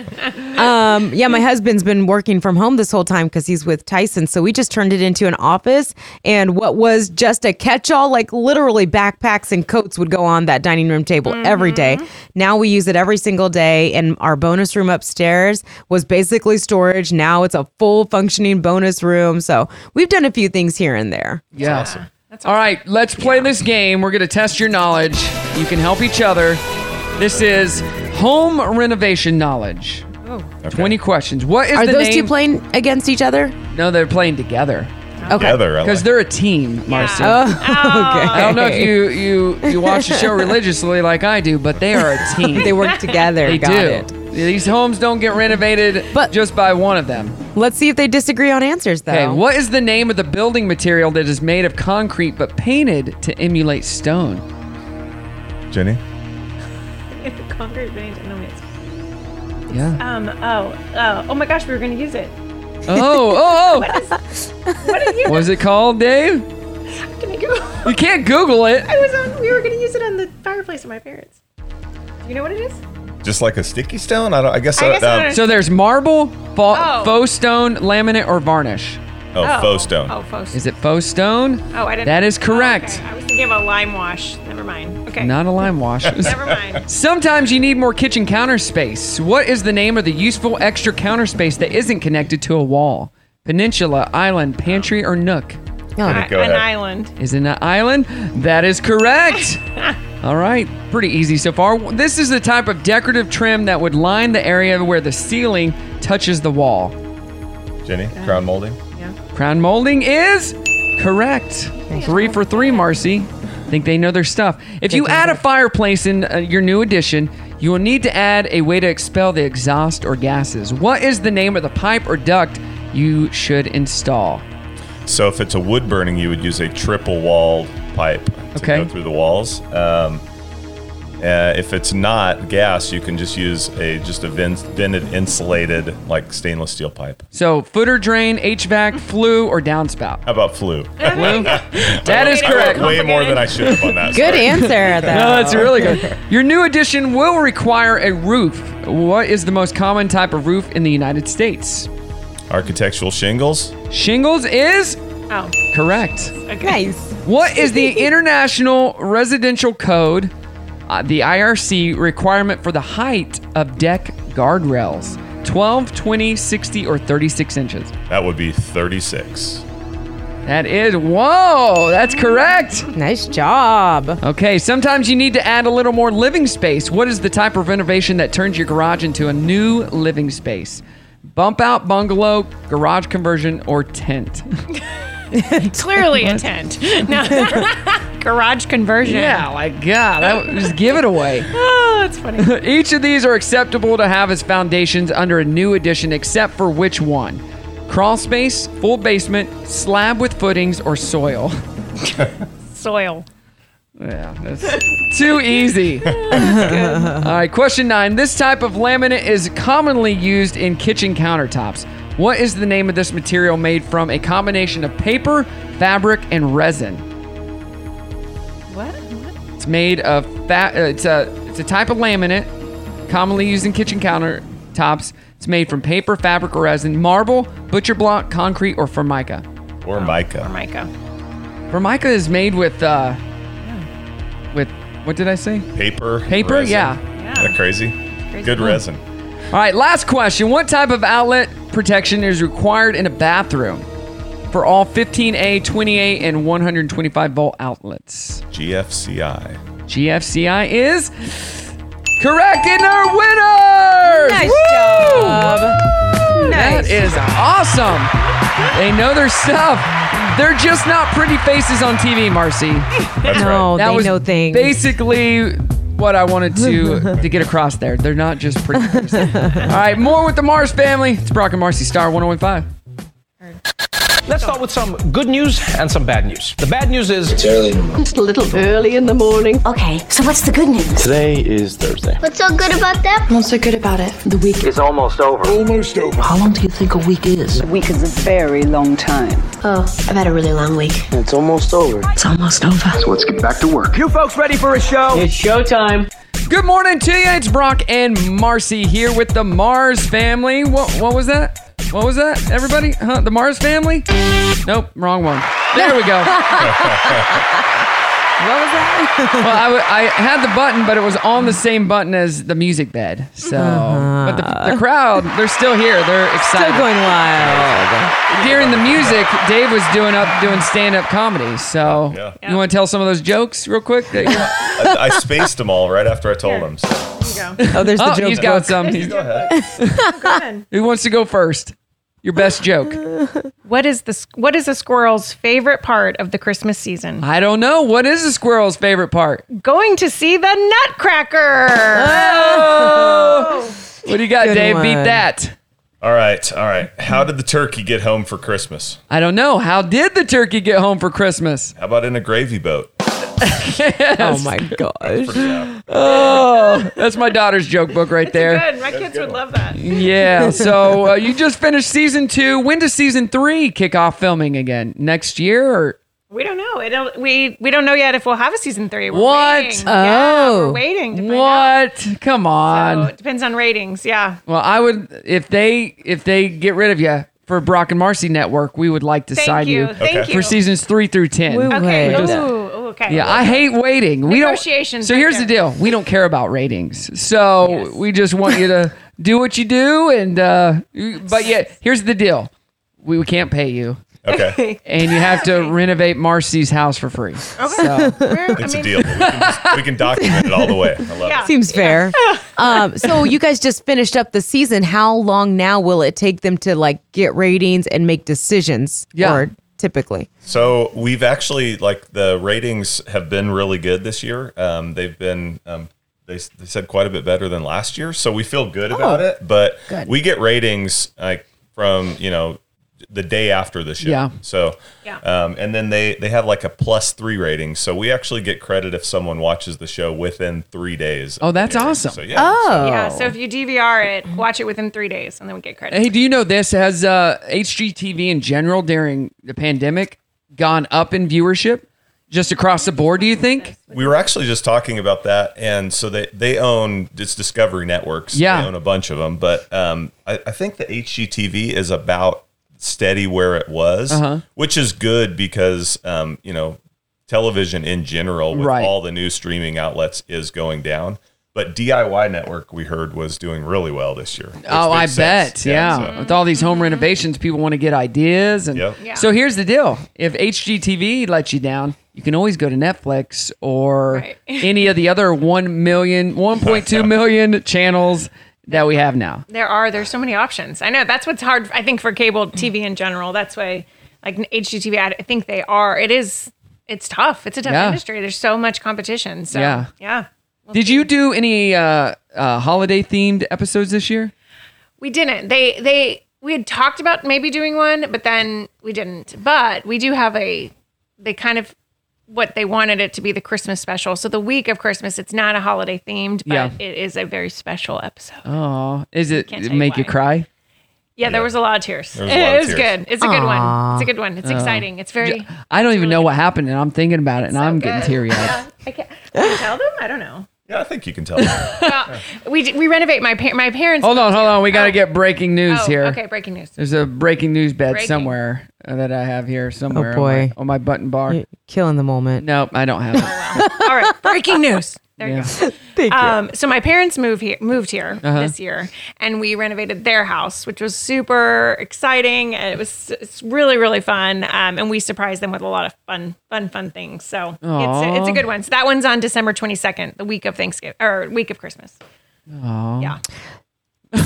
[SPEAKER 4] um, yeah, my husband's been working from home this whole time because he's with Tyson. So we just turned it into an office. And what was just a catch all, like literally backpacks and coats would go on that dining room table every
[SPEAKER 1] Mm-hmm.
[SPEAKER 4] day. Now we use it every single day. And our bonus room upstairs was basically storage. Now it's a full functioning bonus room. So we've done a few things here and there.
[SPEAKER 1] Yeah. All right, let's play this game. We're going to test your knowledge. You can help each other. This is home renovation knowledge.
[SPEAKER 2] Oh.
[SPEAKER 1] 20 questions. What is
[SPEAKER 4] Are
[SPEAKER 1] the
[SPEAKER 4] those
[SPEAKER 1] name?
[SPEAKER 4] two playing against each other?
[SPEAKER 1] no, they're playing together.
[SPEAKER 4] Okay. Together, I
[SPEAKER 1] Because
[SPEAKER 4] like
[SPEAKER 1] they're a team, Marcy.
[SPEAKER 4] Oh, okay.
[SPEAKER 1] I don't know if you, you, you watch the show religiously like I do, but they are a team.
[SPEAKER 4] They work together.
[SPEAKER 1] They
[SPEAKER 4] Got
[SPEAKER 1] do.
[SPEAKER 4] it.
[SPEAKER 1] These homes don't get renovated just by one of them.
[SPEAKER 4] Let's see if they disagree on answers, though.
[SPEAKER 1] Okay, what is the name of the building material that is made of concrete but painted to emulate stone?
[SPEAKER 3] Jenny?
[SPEAKER 2] Concrete veins. No, it's-
[SPEAKER 1] Yeah.
[SPEAKER 2] Um. Oh. Uh, oh my gosh. We were gonna use it.
[SPEAKER 1] Oh, oh,
[SPEAKER 2] What is? What did you?
[SPEAKER 1] oh. Was it called, Dave?
[SPEAKER 2] Can I go?
[SPEAKER 1] You can't Google it.
[SPEAKER 2] I was on. We were gonna use it on the fireplace of my parents. Do you know what it is?
[SPEAKER 3] Just like a sticky stone? I, don't, I guess. uh,
[SPEAKER 2] I guess I don't
[SPEAKER 1] so there's marble, fa-
[SPEAKER 2] Oh.
[SPEAKER 1] faux stone, laminate, or varnish.
[SPEAKER 3] Oh, Oh. faux stone.
[SPEAKER 2] Oh, faux
[SPEAKER 1] Is it faux stone?
[SPEAKER 2] Oh, I didn't.
[SPEAKER 1] That is
[SPEAKER 2] oh,
[SPEAKER 1] correct.
[SPEAKER 2] okay. I was thinking of a lime wash. Never mind. Okay.
[SPEAKER 1] Not a lime wash.
[SPEAKER 2] Never mind.
[SPEAKER 1] Sometimes you need more kitchen counter space. What is the name of the useful extra counter space that isn't connected to a wall? Peninsula, island, pantry, or nook?
[SPEAKER 2] I- an island.
[SPEAKER 1] Is it an island? That is correct. All right, pretty easy so far. This is the type of decorative trim that would line the area where the ceiling touches the wall.
[SPEAKER 3] Jenny, crown molding?
[SPEAKER 1] Crown molding is correct. Three for three, Marcy. Think they know their stuff. If you add a fireplace in uh, your new addition, you will need to add a way to expel the exhaust or gases. What is the name of the pipe or duct you should install?
[SPEAKER 3] So if it's a wood burning, you would use a triple walled pipe to
[SPEAKER 1] Okay.
[SPEAKER 3] go through the walls. Um, uh, if it's not gas, you can just use a just a vent, vented insulated like stainless steel pipe.
[SPEAKER 1] So, footer drain, HVAC, flue, or downspout?
[SPEAKER 3] How about flu?
[SPEAKER 1] Flu?
[SPEAKER 3] I
[SPEAKER 1] that
[SPEAKER 3] wrote-
[SPEAKER 1] is
[SPEAKER 3] I wrote
[SPEAKER 1] correct.
[SPEAKER 3] Way more than I should have on that.
[SPEAKER 4] Good
[SPEAKER 3] sorry.
[SPEAKER 4] answer, though.
[SPEAKER 1] No, that's really good. Your new addition will require a roof. What is the most common type of roof in the United States?
[SPEAKER 3] Architectural shingles.
[SPEAKER 1] Shingles is
[SPEAKER 2] Oh.
[SPEAKER 1] correct.
[SPEAKER 4] Nice.
[SPEAKER 1] What is the International Residential Code, uh, the IRC, requirement for the height of deck guardrails? 12, 20, 60, or 36 inches?
[SPEAKER 3] That would be 36.
[SPEAKER 1] That is, whoa, that's correct.
[SPEAKER 4] Nice job.
[SPEAKER 1] Okay, sometimes you need to add a little more living space. What is the type of renovation that turns your garage into a new living space? Bump out bungalow, garage conversion, or tent?
[SPEAKER 2] Clearly a tent. No. Garage conversion.
[SPEAKER 1] Yeah, my God. I would just give it away.
[SPEAKER 2] Oh, that's funny.
[SPEAKER 1] Each of these are acceptable to have as foundations under a new addition, except for which one? Crawl space, full basement, slab with footings, or soil?
[SPEAKER 2] Soil.
[SPEAKER 1] Yeah, that's too easy. All right, question nine. This type of laminate is commonly used in kitchen countertops. What is the name of this material made from a combination of paper, fabric, and resin?
[SPEAKER 2] What?
[SPEAKER 1] It's made of fat. Uh, it's a it's a type of laminate commonly used in kitchen countertops. It's made from paper, fabric, or resin, marble, butcher block, concrete, or formica.
[SPEAKER 3] Or mica. Or
[SPEAKER 2] mica.
[SPEAKER 1] Formica is made with uh, with what did I say?
[SPEAKER 3] Paper.
[SPEAKER 1] Paper,
[SPEAKER 3] resin.
[SPEAKER 1] yeah.
[SPEAKER 3] Isn't that crazy?
[SPEAKER 1] Crazy.
[SPEAKER 3] Good
[SPEAKER 1] Hmm.
[SPEAKER 3] resin.
[SPEAKER 1] All right, last question. What type of outlet protection is required in a bathroom for all 15A, 28, and 125 volt outlets?
[SPEAKER 3] GFCI.
[SPEAKER 1] GFCI is correct and our winner.
[SPEAKER 6] Nice
[SPEAKER 1] job. That is awesome. They know their stuff. They're just not pretty faces on TV, Marcy.
[SPEAKER 4] That's No, right.
[SPEAKER 1] That
[SPEAKER 4] they
[SPEAKER 1] was
[SPEAKER 4] know things.
[SPEAKER 1] Basically, what I wanted to to get across there. They're not just pretty faces. All right, more with the Mars family. It's Brock and Marcy Star 1015.
[SPEAKER 5] Let's start with some good news and some bad news. The bad news is it's early in the morning.
[SPEAKER 24] It's a little early in the morning. Okay, so what's the good news?
[SPEAKER 5] Today is Thursday.
[SPEAKER 24] What's so good about that? What's so good about it? The week
[SPEAKER 5] It's almost over.
[SPEAKER 24] Almost over. How long do you think a week is? A week is a very long time. Oh, I've had a really long week. It's almost over. It's almost over. So let's get back to work.
[SPEAKER 5] You folks ready for a show? It's showtime.
[SPEAKER 1] Good morning to you. It's Brock and Marcy here with the Mars family. What, what was that? What was that, everybody? Huh? The Mars family? Nope, wrong one. There we go. What was that? well, I, w- I had the button, but it was on the same button as the music bed. So,
[SPEAKER 4] Uh-huh.
[SPEAKER 1] but the, the crowd, they're still here. They're excited. Still going wild. During the music, Dave was doing up, doing stand up comedy. So, you want to tell some of those jokes real quick? That you-
[SPEAKER 3] I, I spaced them all right after I told them. So.
[SPEAKER 1] Oh,
[SPEAKER 3] there's the
[SPEAKER 1] He's
[SPEAKER 3] joke
[SPEAKER 1] got
[SPEAKER 3] book.
[SPEAKER 1] some. He's-
[SPEAKER 3] Go ahead.
[SPEAKER 1] Who wants to go first? Your best joke.
[SPEAKER 2] What is the s- what is a squirrel's favorite part of the Christmas season?
[SPEAKER 1] I don't know. What is a squirrel's favorite part?
[SPEAKER 2] Going to see the Nutcracker.
[SPEAKER 1] Oh. What do you got,
[SPEAKER 2] Good
[SPEAKER 1] Dave? Beat
[SPEAKER 2] one.
[SPEAKER 1] that.
[SPEAKER 3] All right, all right. How did the turkey get home for Christmas?
[SPEAKER 1] I don't know. How did the turkey get home for Christmas?
[SPEAKER 3] How about in a gravy boat?
[SPEAKER 1] Oh my gosh. Oh, that's my daughter's joke book right there.
[SPEAKER 2] Good. My kids would love that.
[SPEAKER 1] Yeah. So uh, you just finished season two. When does season three kick off filming again? Next year or?
[SPEAKER 2] We don't know. It don't, we we don't know yet if we'll have a season three. We're
[SPEAKER 1] What?
[SPEAKER 2] Waiting. Yeah,
[SPEAKER 1] Oh.
[SPEAKER 2] we're waiting. To find out.
[SPEAKER 1] What? Come on.
[SPEAKER 2] So it depends on ratings. Yeah.
[SPEAKER 1] Well, I would if they if they get rid of you for Brock and Marcy Network, we would like to
[SPEAKER 2] Thank
[SPEAKER 1] sign you,
[SPEAKER 2] you. Thank Okay. you.
[SPEAKER 1] for seasons three through ten.
[SPEAKER 2] Okay.
[SPEAKER 1] We'll
[SPEAKER 2] Ooh,
[SPEAKER 1] do that.
[SPEAKER 2] ooh, okay.
[SPEAKER 1] Yeah, I hate waiting. We don't.
[SPEAKER 2] Negotiations
[SPEAKER 1] So
[SPEAKER 2] right
[SPEAKER 1] here's the deal: we don't care about ratings. So we just want you to do what you do, and uh, but yeah, here's the deal: we, we can't pay you.
[SPEAKER 3] Okay.
[SPEAKER 1] And you have to renovate Marcy's house for free. So.
[SPEAKER 3] it's a deal. We can, just- we can document it all the way. I love it.
[SPEAKER 4] Seems fair. um, so you guys just finished up the season. How long now will it take them to like get ratings and make decisions? Yeah. Or typically.
[SPEAKER 3] So we've actually like the ratings have been really good this year. Um, they've been um, they, they said quite a bit better than last year, so we feel
[SPEAKER 24] Oh.
[SPEAKER 3] good about it. But
[SPEAKER 1] Good.
[SPEAKER 3] we get ratings like from you know the day after the show.
[SPEAKER 1] Yeah.
[SPEAKER 3] So um, and then they they have like a plus three rating, so we actually get credit if someone watches the show within three days.
[SPEAKER 1] Oh, that's awesome.
[SPEAKER 3] So, yeah.
[SPEAKER 1] Oh.
[SPEAKER 2] Yeah. So if you DVR it, watch it within three days, and then we get credit.
[SPEAKER 1] Hey, do you know this has uh, HGTV in general during the pandemic gone up in viewership just across the board? Do you think?
[SPEAKER 3] We were actually just talking about that, and so they they own it's Discovery Networks.
[SPEAKER 1] Yeah.
[SPEAKER 3] they own a bunch of them, but um, I, I think the HGTV is about steady where it was,
[SPEAKER 1] Uh-huh.
[SPEAKER 3] which is good because um, you know television in general with
[SPEAKER 1] Right.
[SPEAKER 3] all the new streaming outlets is going down. But DIY Network we heard was doing really well this year. which
[SPEAKER 1] Oh, I
[SPEAKER 3] makes sense.
[SPEAKER 1] bet. Yeah.
[SPEAKER 3] so-
[SPEAKER 1] With all these
[SPEAKER 2] Mm-hmm.
[SPEAKER 1] home renovations, people want to get ideas. And
[SPEAKER 3] Yep. Yeah.
[SPEAKER 1] so here's the deal if HGTV lets you down, you can always go to Netflix or any of the other 1 million, 1.2 million channels that we have now.
[SPEAKER 2] There are. There's so many options. I know that's what's hard. I think for cable TV in general. That's why like HGTV. I think they are. It is. It's tough. It's a tough
[SPEAKER 1] Yeah.
[SPEAKER 2] industry. There's so much competition. So
[SPEAKER 1] Yeah.
[SPEAKER 2] yeah.
[SPEAKER 1] Did you do any uh, uh, holiday themed episodes this year?
[SPEAKER 2] We didn't. They they we had talked about maybe doing one, but then we didn't. But we do have a they kind of what they wanted it to be the Christmas special. So the week of Christmas, it's not a holiday themed, but
[SPEAKER 1] Yeah.
[SPEAKER 2] it is a very special episode.
[SPEAKER 1] Oh, is it
[SPEAKER 2] Can't tell you
[SPEAKER 1] make you cry?
[SPEAKER 2] Yeah, there was a lot of tears.
[SPEAKER 1] There was a lot of
[SPEAKER 2] It was
[SPEAKER 1] tears.
[SPEAKER 2] good. It's a good
[SPEAKER 1] Aw.
[SPEAKER 2] one. It's a good one. It's
[SPEAKER 1] Oh.
[SPEAKER 2] exciting. It's very
[SPEAKER 1] I don't even know what happened, and I'm thinking about it, and I'm getting
[SPEAKER 2] good.
[SPEAKER 1] teary eyed.
[SPEAKER 2] Uh, I can't, can you tell them? I don't know.
[SPEAKER 3] Yeah, I think you can tell. That.
[SPEAKER 2] We d- we renovate my par- my parents.
[SPEAKER 1] Hold on, hold on. We got to get breaking news
[SPEAKER 2] Oh,
[SPEAKER 1] here.
[SPEAKER 2] okay, breaking news.
[SPEAKER 1] There's a breaking news bed
[SPEAKER 2] Breaking.
[SPEAKER 1] somewhere uh, that I have here somewhere. on
[SPEAKER 4] boy.
[SPEAKER 1] my- on my, button bar.
[SPEAKER 4] You're killing the moment.
[SPEAKER 1] Nope, I don't have it.
[SPEAKER 2] All right, breaking news. There
[SPEAKER 1] Yeah.
[SPEAKER 2] you go. Thank
[SPEAKER 1] you.
[SPEAKER 2] Um, so my parents moved here, moved here
[SPEAKER 1] Uh-huh.
[SPEAKER 2] this year, and we renovated their house, which was super exciting, and it was it's really really fun. Um, and we surprised them with a lot of fun, fun, fun things. So it's a, it's
[SPEAKER 1] Aw.
[SPEAKER 2] a good one. So that one's on December twenty second, the week of Thanksgiving or week of Christmas.
[SPEAKER 1] Aw.
[SPEAKER 2] Yeah.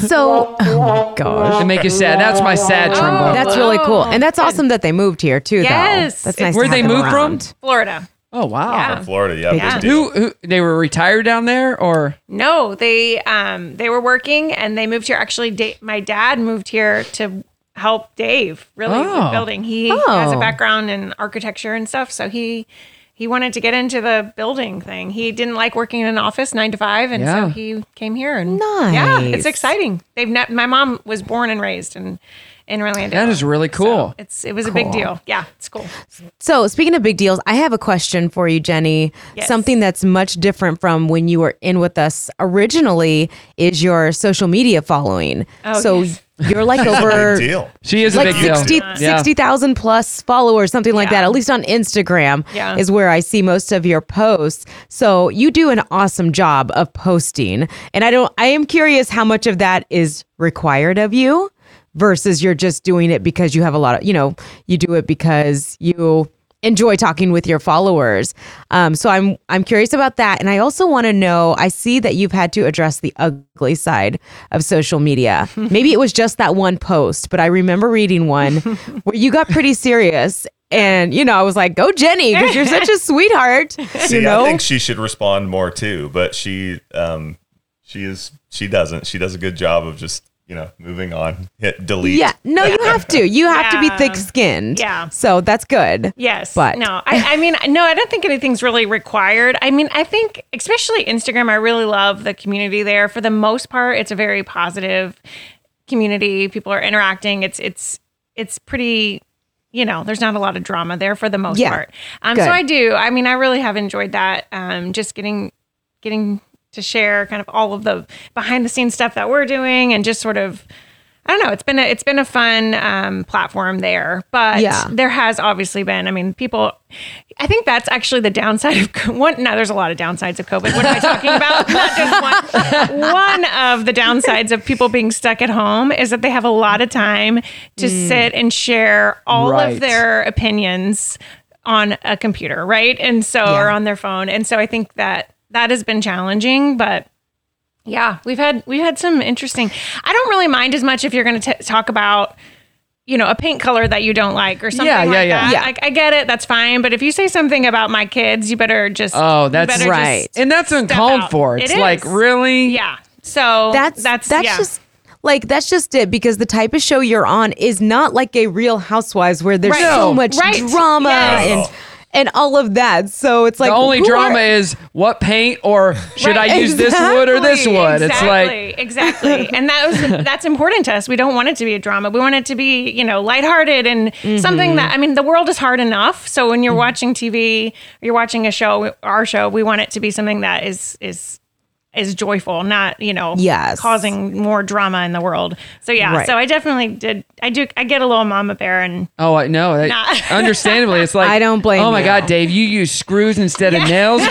[SPEAKER 4] So, oh my gosh.
[SPEAKER 1] They make you sad. That's my
[SPEAKER 2] Oh.
[SPEAKER 1] sad trombone.
[SPEAKER 4] That's really cool. And that's awesome that they moved here, too,
[SPEAKER 2] Yes.
[SPEAKER 4] though. That's nice.
[SPEAKER 1] Where'd
[SPEAKER 4] to
[SPEAKER 1] they
[SPEAKER 4] have them
[SPEAKER 1] move
[SPEAKER 4] around.
[SPEAKER 1] from?
[SPEAKER 2] Florida.
[SPEAKER 1] Oh wow,
[SPEAKER 2] Yeah.
[SPEAKER 3] From Florida, yeah. big deal.
[SPEAKER 1] Who, who they were retired down there or
[SPEAKER 2] No, they um they were working and they moved here. Actually, da- my dad moved here to help Dave really
[SPEAKER 1] Oh.
[SPEAKER 2] with building. He has
[SPEAKER 1] Oh.
[SPEAKER 2] a background in architecture and stuff, so he he wanted to get into the building thing. He didn't like working in an office nine to five, and
[SPEAKER 1] Yeah.
[SPEAKER 2] so he came here and yeah,
[SPEAKER 1] Nice.
[SPEAKER 2] it's exciting. They've ne- my mom was born and raised in in Orlando.
[SPEAKER 1] that is really cool.
[SPEAKER 2] it's it was a big
[SPEAKER 4] Cool.
[SPEAKER 2] deal. Yeah, it's cool.
[SPEAKER 4] So, speaking of big deals, I have a question for you, Jenny. Something that's much different from when you were in with us originally is your social media following.
[SPEAKER 1] Oh,
[SPEAKER 4] so,
[SPEAKER 1] yes.
[SPEAKER 4] you're like
[SPEAKER 1] That's a big
[SPEAKER 4] over
[SPEAKER 1] deal. She is a
[SPEAKER 4] like
[SPEAKER 1] big deal.
[SPEAKER 4] 60
[SPEAKER 1] Yeah.
[SPEAKER 4] 60,000 plus followers, something like that, at least on Instagram
[SPEAKER 1] Yeah.
[SPEAKER 4] is where I see most of your posts. So, you do an awesome job of posting. And I don't I am curious how much of that is required of you versus you're just doing it because you have a lot of, you know, you do it because you enjoy talking with your followers. Um, so I'm I'm curious about that, and I also want to know. I see that you've had to address the ugly side of social media. Maybe it was just that one post, but I remember reading one where you got pretty serious. And you know, I was like, "Go, Jenny, because you're such a sweetheart."
[SPEAKER 3] See,
[SPEAKER 4] you know,
[SPEAKER 3] I think she should respond more too, but she um she is she doesn't. She does a good job of just, you know, moving on. Hit delete.
[SPEAKER 4] yeah. No, you have to. You have to be
[SPEAKER 2] Yeah.
[SPEAKER 4] thick-skinned.
[SPEAKER 2] Yeah.
[SPEAKER 4] So that's good.
[SPEAKER 2] Yes.
[SPEAKER 4] But
[SPEAKER 2] no, I, I mean, no, I don't think anything's really required. I mean, I think, especially Instagram, I really love the community there. For the most part, it's a very positive community. People are interacting. It's, it's, it's pretty, you know, there's not a lot of drama there for the most
[SPEAKER 4] Yeah.
[SPEAKER 2] part. Um,
[SPEAKER 4] Good.
[SPEAKER 2] so I do, I mean, I really have enjoyed that. Um, just getting, getting to share kind of all of the behind the scenes stuff that we're doing and just sort of, I don't know. It's been a it's been a fun um, platform there, but
[SPEAKER 4] Yeah.
[SPEAKER 2] there has obviously been. I mean, people. I think that's actually the downside of co- one. No, there's a lot of downsides of COVID. What am I talking about? Not just one. One of the downsides of people being stuck at home is that they have a lot of time to
[SPEAKER 7] Mm.
[SPEAKER 2] sit and share all
[SPEAKER 7] Right.
[SPEAKER 2] of their opinions on a computer, right? And so or on their phone. And so I think that that has been challenging, but yeah, we've had we've had some interesting. I don't really mind as much if you're going to talk about you know a paint color that you don't like or something
[SPEAKER 1] Yeah, yeah,
[SPEAKER 2] like
[SPEAKER 1] yeah.
[SPEAKER 2] that.
[SPEAKER 1] Yeah.
[SPEAKER 2] Like I get it, that's fine. But if you say something about my kids, you better just
[SPEAKER 1] Oh,
[SPEAKER 2] you
[SPEAKER 1] that's
[SPEAKER 2] better just
[SPEAKER 1] right. And that's
[SPEAKER 2] step
[SPEAKER 1] uncalled
[SPEAKER 2] out.
[SPEAKER 1] for.
[SPEAKER 2] It
[SPEAKER 1] It's like,
[SPEAKER 2] is.
[SPEAKER 1] really?
[SPEAKER 2] yeah. So
[SPEAKER 4] that's that's
[SPEAKER 2] that's
[SPEAKER 4] that's
[SPEAKER 2] yeah.
[SPEAKER 4] just like that's just it because the type of show you're on is not like a Real Housewives where there's
[SPEAKER 1] Right.
[SPEAKER 4] so
[SPEAKER 1] No.
[SPEAKER 4] much
[SPEAKER 1] Right.
[SPEAKER 4] drama
[SPEAKER 1] Yes.
[SPEAKER 4] and and all of that. So it's like
[SPEAKER 1] the only
[SPEAKER 4] who
[SPEAKER 1] drama
[SPEAKER 4] are-
[SPEAKER 1] is what paint or should
[SPEAKER 4] Right.
[SPEAKER 1] I use this wood or this wood? It's like
[SPEAKER 2] Exactly, exactly, and that was that's important to us. We don't want it to be a drama. We want it to be you know lighthearted and
[SPEAKER 1] Mm-hmm.
[SPEAKER 2] something that I mean the world is hard enough. So when you're watching TV, or you're watching a show, our show, we want it to be something that is is is joyful, not you know
[SPEAKER 4] Yes.
[SPEAKER 2] causing more drama in the world. So yeah,
[SPEAKER 1] Right.
[SPEAKER 2] so I definitely did. I do. I get a little mama bear and
[SPEAKER 1] Oh, I know. that-
[SPEAKER 2] Nah.
[SPEAKER 1] Understandably, it's like I don't blame. Oh my God, Dave, you use screws instead of nails.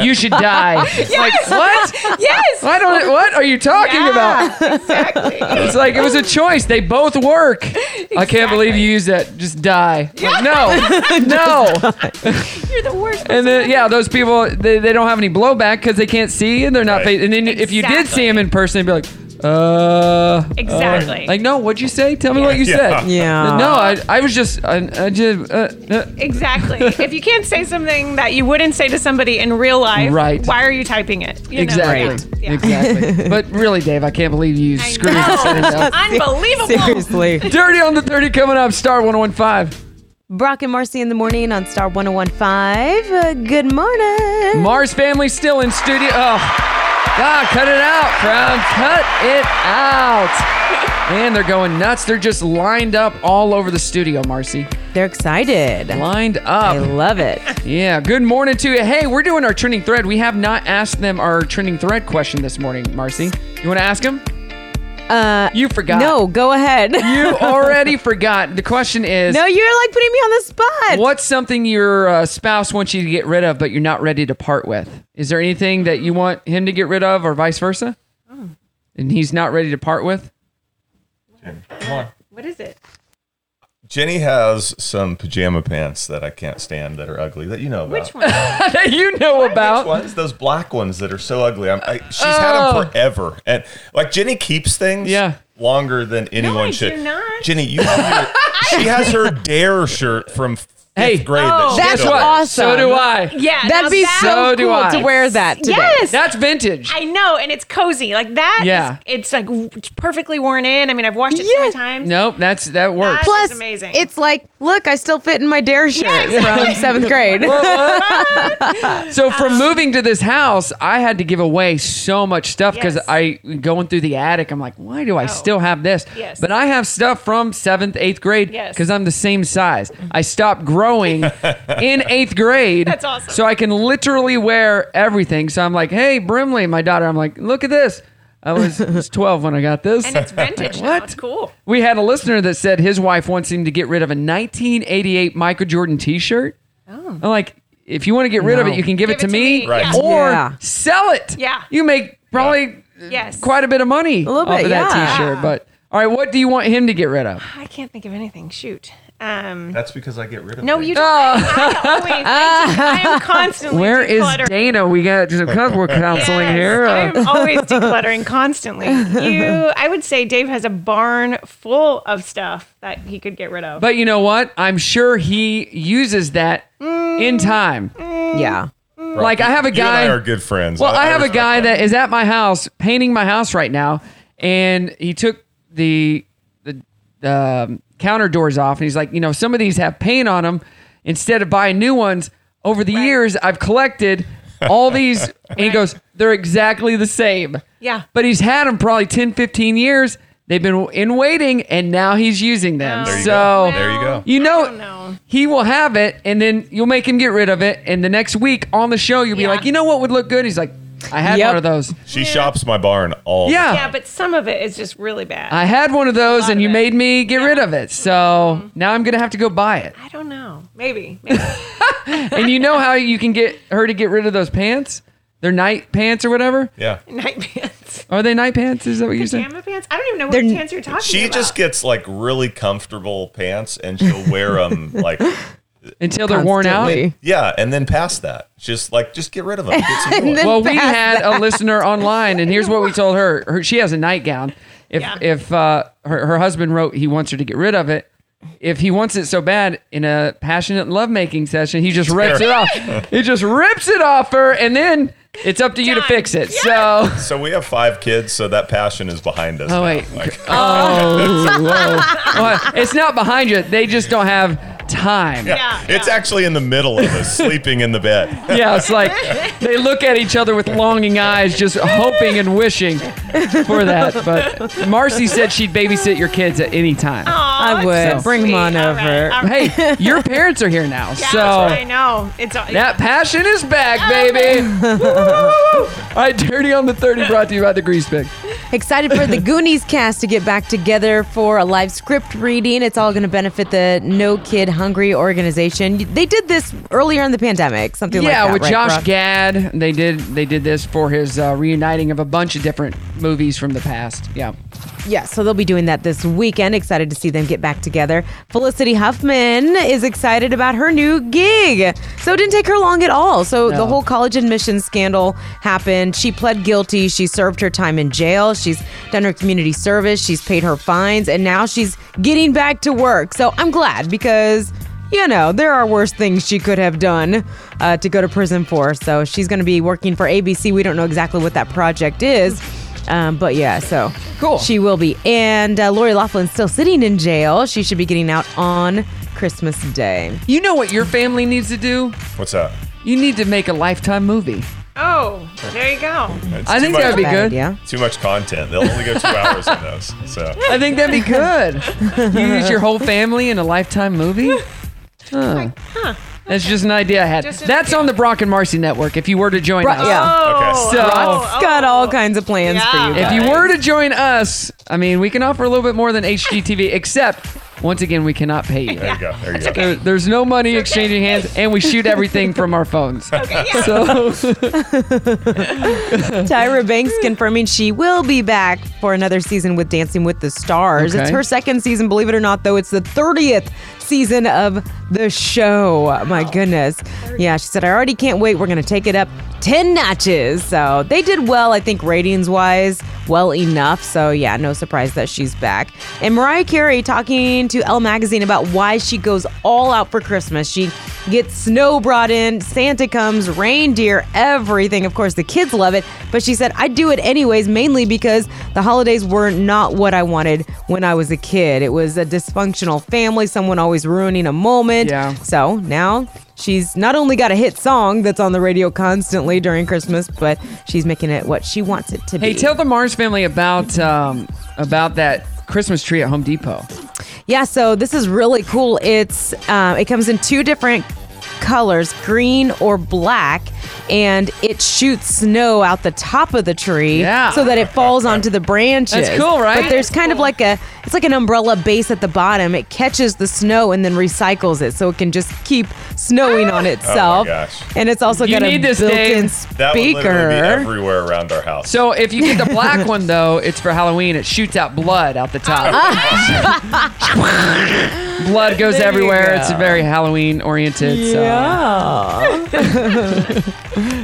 [SPEAKER 1] you should die. It's Like what?
[SPEAKER 2] Yes.
[SPEAKER 1] I don't. What are you talking about? Exactly. It's like it was a choice. They both work. I can't believe you used that. Just die. Like, no, no.
[SPEAKER 2] You're the worst.
[SPEAKER 1] And then yeah, those people they, they don't have any blowback because they can't see and they're not. Fa- and then if you did see them in person, they'd be like, uh,
[SPEAKER 2] Exactly.
[SPEAKER 1] Like, no, what'd you say? Tell me what you
[SPEAKER 2] Yeah.
[SPEAKER 1] said.
[SPEAKER 2] Yeah.
[SPEAKER 1] No, I, I was just, I, I just, uh, uh,
[SPEAKER 2] Exactly. if you can't say something that you wouldn't say to somebody in real life,
[SPEAKER 1] Right.
[SPEAKER 2] why are you typing it? You know?
[SPEAKER 1] exactly, exactly. but really, Dave, I can't believe you screwed
[SPEAKER 2] know.
[SPEAKER 1] this thing up.
[SPEAKER 2] Unbelievable.
[SPEAKER 4] Seriously.
[SPEAKER 1] Dirty on the 30 coming up, Star 1015.
[SPEAKER 4] Brock and Marcy in the morning on Star 1015. Uh, good morning.
[SPEAKER 1] Mars family still in studio. Oh, God, cut it out, crowd. Cut it out. Man, they're going nuts. They're just lined up all over the studio, Marcy.
[SPEAKER 4] They're excited.
[SPEAKER 1] Lined up. I
[SPEAKER 4] love it.
[SPEAKER 1] Yeah. Good morning to you. Hey, we're doing our trending thread. We have not asked them our trending thread question this morning, Marcy. You want to ask them?
[SPEAKER 4] Uh,
[SPEAKER 1] you forgot.
[SPEAKER 4] No, go ahead.
[SPEAKER 1] You already forgot. The question is
[SPEAKER 4] No, you're like putting me on the spot.
[SPEAKER 1] What's something your uh, spouse wants you to get rid of, but you're not ready to part with? Is there anything that you want him to get rid of, or vice versa? And he's not ready to part with?
[SPEAKER 2] What is it?
[SPEAKER 3] Jenny has some pajama pants that I can't stand that are ugly that you know about. Which
[SPEAKER 2] one?
[SPEAKER 1] that you know about.
[SPEAKER 3] ones? Those black ones that are so ugly. I'm, I, she's had
[SPEAKER 1] Oh.
[SPEAKER 3] them forever, and like Jenny keeps things yeah. longer than anyone
[SPEAKER 1] I
[SPEAKER 3] should.
[SPEAKER 1] do not.
[SPEAKER 3] Jenny, you have your, she has her dare shirt from fifth hey, grade. that she
[SPEAKER 1] that's
[SPEAKER 3] still wears.
[SPEAKER 1] awesome. So do I.
[SPEAKER 2] Yeah, now
[SPEAKER 4] That'd be
[SPEAKER 2] that-
[SPEAKER 4] so
[SPEAKER 1] So do
[SPEAKER 4] cool
[SPEAKER 1] I.
[SPEAKER 4] to wear that today.
[SPEAKER 2] Yes.
[SPEAKER 1] That's vintage.
[SPEAKER 2] I know, and it's cozy like that. is-
[SPEAKER 1] Yeah.
[SPEAKER 2] it's like w- it's perfectly worn in. I mean, I've washed it so many times.
[SPEAKER 1] Nope, that's that works.
[SPEAKER 4] Plus,
[SPEAKER 2] amazing.
[SPEAKER 4] it's like, look, I still fit in my dare shirt
[SPEAKER 1] exactly.
[SPEAKER 4] from seventh grade.
[SPEAKER 1] so from moving to this house, I had to give away so much stuff because I going through the attic. I'm like, why do I still have this?
[SPEAKER 6] Oh. Yes.
[SPEAKER 1] But I have stuff from seventh, eighth grade
[SPEAKER 6] Yes.
[SPEAKER 1] because I'm the same size. I stopped growing in eighth grade.
[SPEAKER 6] That's awesome.
[SPEAKER 1] So I can literally wear everything. So I'm like, hey, Brimley, my daughter. I'm like, look at this. I was, I was 12 when I got this.
[SPEAKER 2] And it's vintage. now.
[SPEAKER 1] What?
[SPEAKER 2] It's cool.
[SPEAKER 1] We had a listener that said his wife wants him to get rid of a 1988 Michael Jordan T-shirt.
[SPEAKER 2] Oh.
[SPEAKER 1] I'm like, if you want to get rid of
[SPEAKER 2] No.
[SPEAKER 1] it, you can give, it, to me,
[SPEAKER 2] me, Right. yeah.
[SPEAKER 1] or
[SPEAKER 2] Yeah.
[SPEAKER 1] sell it.
[SPEAKER 2] Yeah.
[SPEAKER 1] you make probably
[SPEAKER 2] Yes.
[SPEAKER 1] quite a bit of money a
[SPEAKER 2] little
[SPEAKER 1] off
[SPEAKER 2] bit,
[SPEAKER 1] of that
[SPEAKER 2] yeah.
[SPEAKER 1] T-shirt. But all right, what do you want him to get rid of?
[SPEAKER 2] I can't think of anything. Shoot. Um,
[SPEAKER 3] That's because I get rid of.
[SPEAKER 2] no,
[SPEAKER 3] things.
[SPEAKER 1] Oh.
[SPEAKER 2] you don't. I, I always- I do- I am constantly.
[SPEAKER 1] Where is
[SPEAKER 2] decluttering.
[SPEAKER 1] Dana? We got some couple counseling here.
[SPEAKER 2] I'm
[SPEAKER 1] Uh,
[SPEAKER 2] always decluttering constantly. You, I would say Dave has a barn full of stuff that he could get rid of.
[SPEAKER 1] But you know what? I'm sure he uses that
[SPEAKER 2] Mm.
[SPEAKER 1] in time.
[SPEAKER 4] Yeah.
[SPEAKER 1] Like I have a
[SPEAKER 3] You and
[SPEAKER 1] guy.
[SPEAKER 3] I are good friends.
[SPEAKER 1] Well, I, have a
[SPEAKER 3] respect
[SPEAKER 1] guy that is at my house painting my house right now, and he took the the um, counter doors off, and he's like, you know, some of these have paint on them. Instead of buying new ones, over the years I've collected all these, and he goes, they're exactly the same.
[SPEAKER 2] Yeah.
[SPEAKER 1] But he's had them probably 10, 15 years. They've been in waiting, and now he's using them.
[SPEAKER 3] There you
[SPEAKER 1] so
[SPEAKER 4] oh.
[SPEAKER 3] go. There you go.
[SPEAKER 1] You know, he will have it, and then you'll make him get rid of it. And the next week on the show, you'll be like, you know what would look good? He's like, I had one of those.
[SPEAKER 3] She shops my barn all.
[SPEAKER 1] Yeah.
[SPEAKER 2] yeah, but some of it is just really bad.
[SPEAKER 1] I had one of those, and you made me get rid of it. So now I'm gonna have to go buy it.
[SPEAKER 2] I don't know. Maybe. Maybe.
[SPEAKER 1] and you know how you can get her to get rid of those pants? They're night pants or whatever.
[SPEAKER 3] Yeah.
[SPEAKER 2] Night pants.
[SPEAKER 1] Are they night pants? Is that what you're saying?
[SPEAKER 2] Pajama pants? I don't even know
[SPEAKER 1] They're-
[SPEAKER 2] what pants you're talking
[SPEAKER 3] She
[SPEAKER 2] about.
[SPEAKER 3] just gets like really comfortable pants, and she'll wear them like
[SPEAKER 1] Until they're worn out.
[SPEAKER 3] Yeah, and then past that, just like just get rid of them. Get some new ones.
[SPEAKER 1] well, we had a listener online, and here's what we told her. her she has a nightgown. If if uh, her her husband wrote he wants her to get rid of it. If he wants it so bad in a passionate lovemaking session, he just rips it off. He just rips it off her, and then it's up to you to fix it. So,
[SPEAKER 3] So we have five kids, so that passion is behind us.
[SPEAKER 1] oh
[SPEAKER 3] now.
[SPEAKER 1] wait,
[SPEAKER 3] Like-
[SPEAKER 1] oh, whoa. Well, it's not behind you. They just don't have time.
[SPEAKER 3] Yeah, it's actually in the middle of us, sleeping in the bed.
[SPEAKER 1] Yeah, it's like they look at each other with longing eyes, just hoping and wishing for that. But Marcy said she'd babysit your kids at any time.
[SPEAKER 4] I would. Bring them on over.
[SPEAKER 1] Hey, your parents are here now, so
[SPEAKER 2] I know. It's all,
[SPEAKER 1] that passion is back, baby. All right, Dirty on the 30 brought to you by the Grease Pig.
[SPEAKER 4] Excited for the Goonies cast to get back together for a live script reading. It's all going to benefit the No Kid Hungry organization. They did this earlier in the pandemic, something like
[SPEAKER 1] yeah,
[SPEAKER 4] that.
[SPEAKER 1] with
[SPEAKER 4] right,
[SPEAKER 1] Josh
[SPEAKER 4] Brock?
[SPEAKER 1] Gad, they did they did this for his uh, reuniting of a bunch of different movies from the past. Yeah.
[SPEAKER 4] Yeah, so they'll be doing that this weekend. Excited to see them get back together. Felicity Huffman is excited about her new gig. So it didn't take her long at all. So the
[SPEAKER 7] No.
[SPEAKER 4] whole college admissions scandal happened. She pled guilty. She served her time in jail. She's done her community service. She's paid her fines. And now she's getting back to work. So I'm glad because. You know, there are worse things she could have done uh, to go to prison for. So she's going to be working for ABC. We don't know exactly what that project is. Um, but yeah, so cool. She will be, and uh, Lori Laughlin's still sitting in jail. She should be getting out on Christmas Day.
[SPEAKER 1] You know what your family needs to do?
[SPEAKER 3] What's that?
[SPEAKER 1] You need to make a lifetime movie.
[SPEAKER 2] Oh, there you go.
[SPEAKER 3] It's
[SPEAKER 1] I
[SPEAKER 3] too
[SPEAKER 1] think
[SPEAKER 3] much-
[SPEAKER 1] that'd be good. Yeah.
[SPEAKER 3] Too much content. They'll only go two hours on those. So
[SPEAKER 1] I think that'd be good. you use your whole family in a lifetime movie. Huh. That's just an idea I had.
[SPEAKER 4] Just an
[SPEAKER 1] That's on the Brock and Marcy network. If you were to join
[SPEAKER 4] Bro-
[SPEAKER 1] us,
[SPEAKER 4] yeah.
[SPEAKER 2] Oh,
[SPEAKER 1] So
[SPEAKER 4] Brock's got all kinds of plans for you.
[SPEAKER 1] if
[SPEAKER 4] Guys.
[SPEAKER 1] you were to join us, I mean, we can offer a little bit more than HGTV, except once again, we cannot pay you.
[SPEAKER 3] there you go. There you go.
[SPEAKER 1] There- there's no money exchanging hands, and we shoot everything from our phones. So
[SPEAKER 4] Tyra Banks confirming she will be back for another season with Dancing with the Stars.
[SPEAKER 1] Okay.
[SPEAKER 4] It's her second season, believe it or not, though. It's the 30th season of the show. My goodness. Yeah, she said, I already can't wait. We're going to take it up 10 notches. So they did well, I think, ratings wise, well enough. So yeah, no surprise that she's back. And Mariah Carey talking to Elle Magazine about why she goes all out for Christmas. She gets snow brought in, Santa comes, reindeer, everything. Of course, the kids love it, but she said, I do it anyways, mainly because the holidays were not what I wanted when I was a kid. It was a dysfunctional family, someone always ruining a moment. Yeah. So now she's not only got a hit song that's on the radio constantly during Christmas, but she's making it what she wants it to be.
[SPEAKER 1] Hey, tell the Mars family about um, about that Christmas tree at Home Depot.
[SPEAKER 4] Yeah, so this is really cool. It's uh, it comes in two different colors, green or black, and it shoots snow out the top of the tree
[SPEAKER 1] Yeah.
[SPEAKER 4] so that it falls onto the branches.
[SPEAKER 1] That's cool, right?
[SPEAKER 4] But there's kind of like a it's like an umbrella base at the bottom. It catches the snow and then recycles it so it can just keep snowing on itself.
[SPEAKER 3] gosh.
[SPEAKER 4] And it's also
[SPEAKER 1] Oh You
[SPEAKER 4] got a
[SPEAKER 1] need this,
[SPEAKER 4] built-in
[SPEAKER 1] Dave.
[SPEAKER 3] That would literally be
[SPEAKER 4] speaker.
[SPEAKER 3] everywhere around our house.
[SPEAKER 1] So if you get the black one though, it's for Halloween. It shoots out blood out the top. blood goes
[SPEAKER 4] There you
[SPEAKER 1] everywhere. It's
[SPEAKER 4] go.
[SPEAKER 1] very Halloween oriented. So.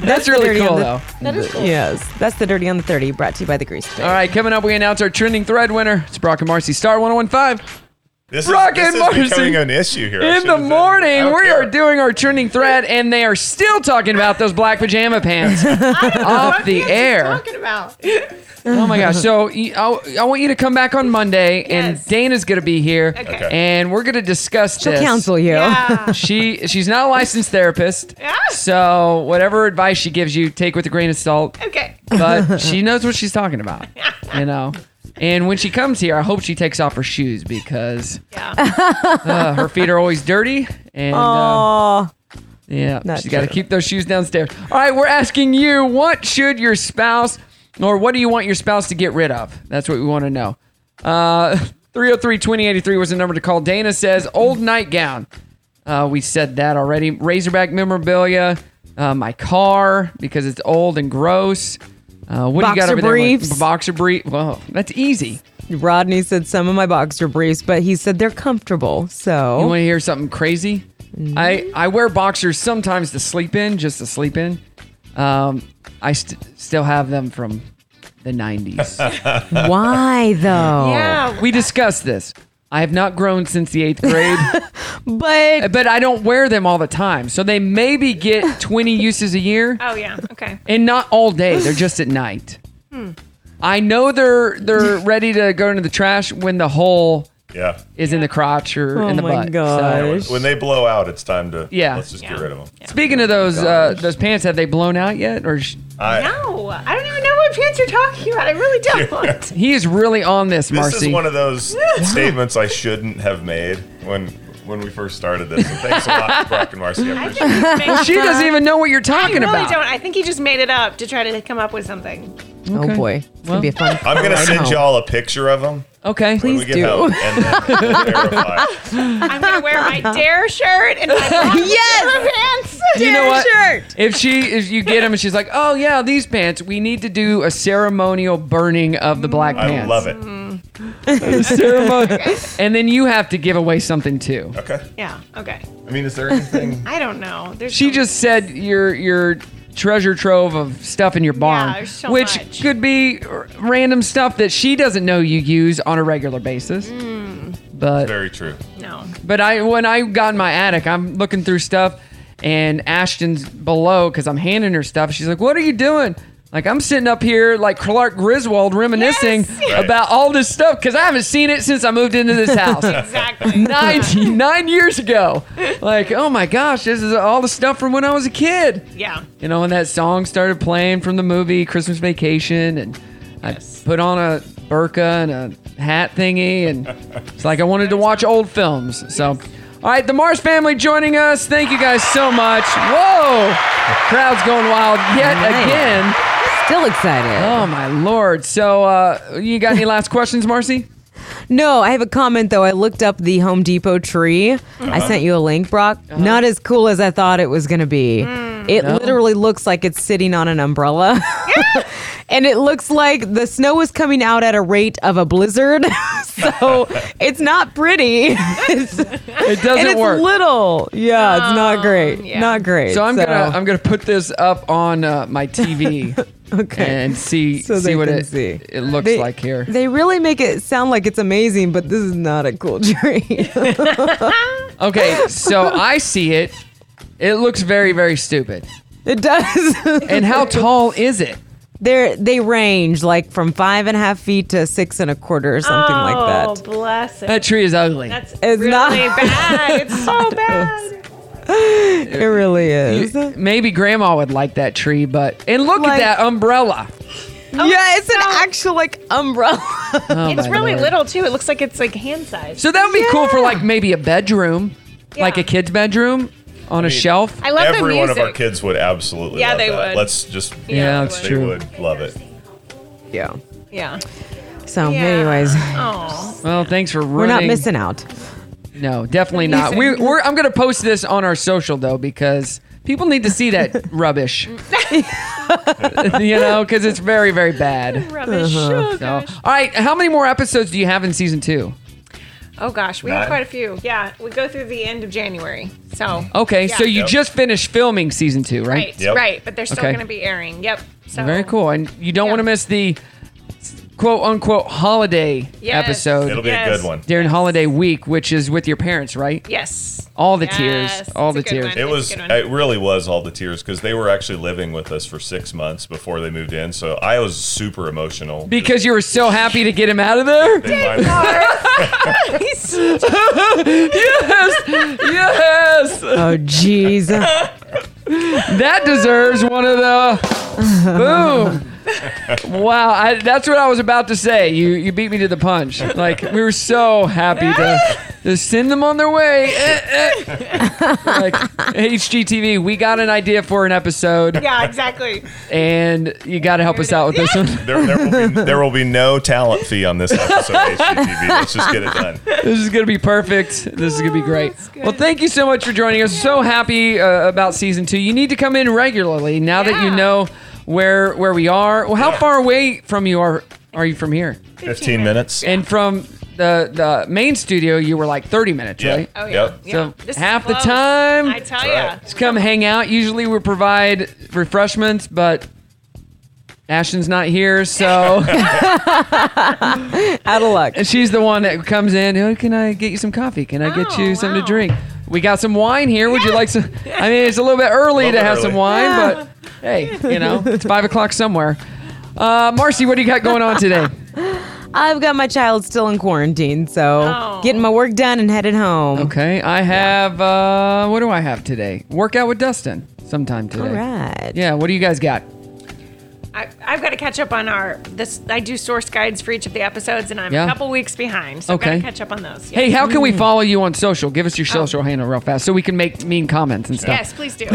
[SPEAKER 1] That's really
[SPEAKER 4] Dirty on
[SPEAKER 1] cool
[SPEAKER 4] the-
[SPEAKER 1] though.
[SPEAKER 4] Yes, that's the dirty on the thirty. Brought to you by the Grease. Pig.
[SPEAKER 1] All right, coming up, we announce our trending thread winner. It's Brock and Marcy Star 1015.
[SPEAKER 3] This
[SPEAKER 1] Brock
[SPEAKER 3] is,
[SPEAKER 1] and
[SPEAKER 3] this
[SPEAKER 1] Marcy.
[SPEAKER 3] is becoming an issue here. I
[SPEAKER 1] In
[SPEAKER 3] should
[SPEAKER 1] the
[SPEAKER 3] have said- I
[SPEAKER 1] morning,
[SPEAKER 3] don't
[SPEAKER 1] we
[SPEAKER 3] care.
[SPEAKER 1] are doing our trending thread, and they are still talking about those black pajama pants off the air. Oh my gosh! So y- I, I want you to come back on Monday, and Dana's going to be here,
[SPEAKER 4] Okay.
[SPEAKER 1] and we're going to discuss
[SPEAKER 4] She'll
[SPEAKER 1] this.
[SPEAKER 4] counsel you. Yeah.
[SPEAKER 1] She she's not a licensed therapist, so whatever advice she gives you, take with a grain of salt.
[SPEAKER 2] Okay.
[SPEAKER 1] But she knows what she's talking about, you know. And when she comes here, I hope she takes off her shoes because uh, her feet are always dirty, and uh,
[SPEAKER 4] Oh.
[SPEAKER 1] yeah,
[SPEAKER 4] Not
[SPEAKER 1] she's got to
[SPEAKER 4] true.
[SPEAKER 1] keep those shoes downstairs. All right, we're asking you what should your spouse or what do you want your spouse to get rid of? That's what we want to know. Uh, 303-2083 was the number to call. Dana says old nightgown. Uh, we said that already. Razorback memorabilia. Uh, my car because it's old and gross. Uh, what do you got
[SPEAKER 4] Boxer
[SPEAKER 1] over there?
[SPEAKER 4] briefs.
[SPEAKER 1] Boxer brief. Whoa, that's easy.
[SPEAKER 4] Rodney said some of my boxer briefs, but he said they're comfortable. So
[SPEAKER 1] You want to hear something crazy? I, I wear boxers sometimes to sleep in, just to sleep in. Um, I st- still have them from the 90s.
[SPEAKER 4] Why, though?
[SPEAKER 3] Oh.
[SPEAKER 2] Yeah.
[SPEAKER 1] We discussed this. I have not grown since the eighth grade,
[SPEAKER 4] but
[SPEAKER 1] but I don't wear them all the time. So they maybe get 20 uses a year,
[SPEAKER 2] Oh yeah. Okay.
[SPEAKER 1] and not all day. They're just at night.
[SPEAKER 2] Hmm.
[SPEAKER 1] I know they're they're ready to go into the trash when the hole
[SPEAKER 3] Yeah.
[SPEAKER 1] is in the crotch or
[SPEAKER 4] Oh
[SPEAKER 1] in the butt. So-
[SPEAKER 3] When- When they blow out, it's time to.
[SPEAKER 1] Yeah.
[SPEAKER 3] Let's just get rid of them.
[SPEAKER 1] Speaking of those uh, those pants, have they blown out yet? Or sh-
[SPEAKER 3] I,
[SPEAKER 2] No, I don't even know what pants you're talking about. I really don't.
[SPEAKER 1] he is really on this,
[SPEAKER 3] This
[SPEAKER 1] Marcy.
[SPEAKER 3] is one of those statements I shouldn't have made when when we first started this. And thanks a lot, Brock and Marcy. I appreciate it.
[SPEAKER 1] well, she doesn't even know what you're
[SPEAKER 2] I
[SPEAKER 1] talking
[SPEAKER 2] Uh-huh. really
[SPEAKER 1] about.
[SPEAKER 2] don't. I think he just made it up to try to come up with something.
[SPEAKER 4] Oh boy, it's gonna be a fun.
[SPEAKER 3] I'm gonna
[SPEAKER 4] ride
[SPEAKER 3] send
[SPEAKER 4] home.
[SPEAKER 3] y'all a picture of them.
[SPEAKER 1] Okay,
[SPEAKER 3] When we get home, and then we'll verify.
[SPEAKER 2] I'm gonna wear my dare shirt and my
[SPEAKER 4] yes
[SPEAKER 2] pants.
[SPEAKER 1] You know what? If she if you get them and she's like, oh yeah, these pants, we need to do a ceremonial burning of the black
[SPEAKER 3] I
[SPEAKER 1] pants.
[SPEAKER 2] Mm-hmm.
[SPEAKER 3] love it.
[SPEAKER 1] The ceremony. and then you have to give away something too. Okay.
[SPEAKER 2] Yeah. Okay.
[SPEAKER 3] I mean, is there anything?
[SPEAKER 2] I don't know. There's
[SPEAKER 1] She just said your your treasure trove of stuff in your barn,
[SPEAKER 2] there's so
[SPEAKER 1] which could be r- random stuff that she doesn't know you use on a regular basis.
[SPEAKER 2] Mm.
[SPEAKER 1] But
[SPEAKER 3] Very true.
[SPEAKER 2] no.
[SPEAKER 1] But I when I got in my attic, I'm looking through stuff, and Ashton's below because I'm handing her stuff. She's like, "What are you doing?" Like I'm sitting up here like Clark Griswold reminiscing
[SPEAKER 6] Right.
[SPEAKER 1] about all this stuff because I haven't seen it since I moved into this house.
[SPEAKER 6] Exactly.
[SPEAKER 1] Nine, nine years ago. Like, oh my gosh, this is all the stuff from when I was a kid.
[SPEAKER 2] Yeah.
[SPEAKER 1] You know, when that song started playing from the movie Christmas Vacation, and I put on a burqa and a hat thingy, and it's like I wanted to watch old films. So, all right, the Mars family joining us. Thank you guys so much. Whoa, crowd's going wild yet
[SPEAKER 4] Nice.
[SPEAKER 1] again.
[SPEAKER 4] Still excited.
[SPEAKER 1] Oh my lord! So, uh, you got any last questions, Marcy?
[SPEAKER 4] No, I have a comment though. I looked up the Home Depot tree. I
[SPEAKER 1] Uh-huh.
[SPEAKER 4] sent you a link, Brock. Not as cool as I thought it was going to be. It
[SPEAKER 1] Hmm. No.
[SPEAKER 4] literally looks like it's sitting on an umbrella. and it looks like the snow is coming out at a rate of a blizzard. so it's not pretty. It's-
[SPEAKER 1] It doesn't
[SPEAKER 4] and it's
[SPEAKER 1] work.
[SPEAKER 4] little. Yeah, it's not great.
[SPEAKER 1] Oh, yeah.
[SPEAKER 4] Not great.
[SPEAKER 1] So I'm gonna I'm gonna put this up on uh, my TV and see
[SPEAKER 4] So
[SPEAKER 1] see
[SPEAKER 4] they
[SPEAKER 1] what
[SPEAKER 4] can
[SPEAKER 1] it
[SPEAKER 4] see.
[SPEAKER 1] it looks
[SPEAKER 4] They-
[SPEAKER 1] like here.
[SPEAKER 4] They really make it sound like it's amazing, but this is not a cool tree.
[SPEAKER 1] Okay, so I see it. It looks very, very stupid.
[SPEAKER 4] It does.
[SPEAKER 1] And how tall is it?
[SPEAKER 4] They're, they range like from five and a half feet to six and a quarter or something
[SPEAKER 2] Oh,
[SPEAKER 4] like that.
[SPEAKER 2] bless it.
[SPEAKER 1] That tree is ugly.
[SPEAKER 2] That's it's
[SPEAKER 4] It's
[SPEAKER 2] really
[SPEAKER 4] not-
[SPEAKER 2] bad. It's so bad.
[SPEAKER 4] It really is.
[SPEAKER 2] Oh,
[SPEAKER 1] You- maybe grandma would like that tree, but and look at
[SPEAKER 4] Like-
[SPEAKER 1] that umbrella.
[SPEAKER 4] yeah, it's an actual like umbrella.
[SPEAKER 1] Oh, my
[SPEAKER 2] it's really
[SPEAKER 1] Lord.
[SPEAKER 2] little too. It looks like it's like hand size.
[SPEAKER 1] So that would be cool for like maybe a bedroom, like
[SPEAKER 2] Yeah.
[SPEAKER 1] a kid's bedroom on a shelf.
[SPEAKER 2] I love the
[SPEAKER 3] Every one of our
[SPEAKER 2] music.
[SPEAKER 3] kids would absolutely.
[SPEAKER 2] Yeah,
[SPEAKER 3] love
[SPEAKER 2] they
[SPEAKER 3] that.
[SPEAKER 2] would.
[SPEAKER 3] Let's just.
[SPEAKER 1] Yeah, Yeah, that's
[SPEAKER 3] they
[SPEAKER 1] true.
[SPEAKER 3] Would love it.
[SPEAKER 4] Yeah.
[SPEAKER 2] Yeah.
[SPEAKER 4] So,
[SPEAKER 2] Yeah.
[SPEAKER 4] anyways,
[SPEAKER 2] Oh.
[SPEAKER 1] Well, thanks for ruining.
[SPEAKER 4] we're not missing out.
[SPEAKER 1] No, definitely not. We, we're I'm gonna post this on our social though because people need to see that rubbish. you know, because it's very very bad.
[SPEAKER 2] Rubbish. Uh-huh. Oh,
[SPEAKER 1] So, all right, how many more episodes do you have in season two?
[SPEAKER 2] Oh gosh, we
[SPEAKER 1] Nine.
[SPEAKER 2] have quite a few. Yeah, we go through the end of January. So.
[SPEAKER 1] Okay,
[SPEAKER 2] yeah.
[SPEAKER 1] so you just finished filming season two, right?
[SPEAKER 2] Right, right, but they're still going to be airing. Yep. So
[SPEAKER 1] Very cool, and you don't want to miss the quote unquote holiday
[SPEAKER 2] Yes.
[SPEAKER 1] episode.
[SPEAKER 2] It'll be a good Yes. one.
[SPEAKER 1] during holiday week, which is with your parents, right?
[SPEAKER 2] Yes.
[SPEAKER 1] All the
[SPEAKER 2] Yes.
[SPEAKER 1] tears, all
[SPEAKER 2] It's a
[SPEAKER 1] the
[SPEAKER 2] good
[SPEAKER 1] tears.
[SPEAKER 2] one.
[SPEAKER 3] It
[SPEAKER 2] That's a
[SPEAKER 3] was.
[SPEAKER 2] good one.
[SPEAKER 3] It really was all the tears because they were actually living with us for six months before they moved in. So I was super emotional.
[SPEAKER 1] Because you were so happy to get him out of there.
[SPEAKER 2] He's-
[SPEAKER 1] yes, yes.
[SPEAKER 4] Oh, jeez.
[SPEAKER 1] that deserves one of the boom. Wow, I, that's what I was about to say. You you beat me to the punch. Like we were so happy to, to send them on their way. Eh, eh. Like HGTV, we got an idea for an episode,
[SPEAKER 2] yeah, exactly.
[SPEAKER 1] and you got to help us out with this one.
[SPEAKER 3] There, there, will be, there will be no talent fee on this episode. HGTV. Let's just get it done.
[SPEAKER 1] this is gonna be perfect. This is gonna be great. Well, thank you so much for joining us. So happy uh, about season two. You need to come in regularly now that you know where where we are. Well, how far away from you are are you from here?
[SPEAKER 3] 15 minutes.
[SPEAKER 1] And from the the main studio, you were like thirty minutes,
[SPEAKER 3] Yeah.
[SPEAKER 1] right?
[SPEAKER 3] Oh, yeah. Yep.
[SPEAKER 2] Yeah.
[SPEAKER 1] So
[SPEAKER 2] This is
[SPEAKER 1] half the
[SPEAKER 2] close.
[SPEAKER 1] time,
[SPEAKER 2] I tell ya.
[SPEAKER 1] just come hang out. Usually we provide refreshments, but Ashton's not here, so
[SPEAKER 4] out of luck.
[SPEAKER 1] And she's the one that comes in. Oh, can I get you some coffee? Can I get
[SPEAKER 2] Oh,
[SPEAKER 1] you something to drink? We got some wine here. Would you like some? I mean, it's a little bit
[SPEAKER 6] A
[SPEAKER 1] early
[SPEAKER 6] little
[SPEAKER 1] to
[SPEAKER 6] bit
[SPEAKER 1] have some
[SPEAKER 6] early.
[SPEAKER 1] wine,
[SPEAKER 6] Yeah.
[SPEAKER 1] but hey, you know, it's five o'clock somewhere. Uh, Marcy, what do you got going on today?
[SPEAKER 4] I've got my child still in quarantine, so
[SPEAKER 2] Oh.
[SPEAKER 4] getting my work done and headed home.
[SPEAKER 1] Okay, I have. Uh, what do I have today? Workout with Dustin sometime today.
[SPEAKER 4] All right.
[SPEAKER 1] Yeah. What do you guys got?
[SPEAKER 2] I, I've got to catch up on our this. I do source guides for each of the episodes, and I'm
[SPEAKER 1] Yeah.
[SPEAKER 2] a couple weeks behind, so
[SPEAKER 1] Okay.
[SPEAKER 2] I've got to catch up on those.
[SPEAKER 1] Hey, how can we
[SPEAKER 2] Mm. Oh.
[SPEAKER 1] follow you on social? Give us your social handle real fast so we can make mean comments and stuff.
[SPEAKER 2] Yes, please do.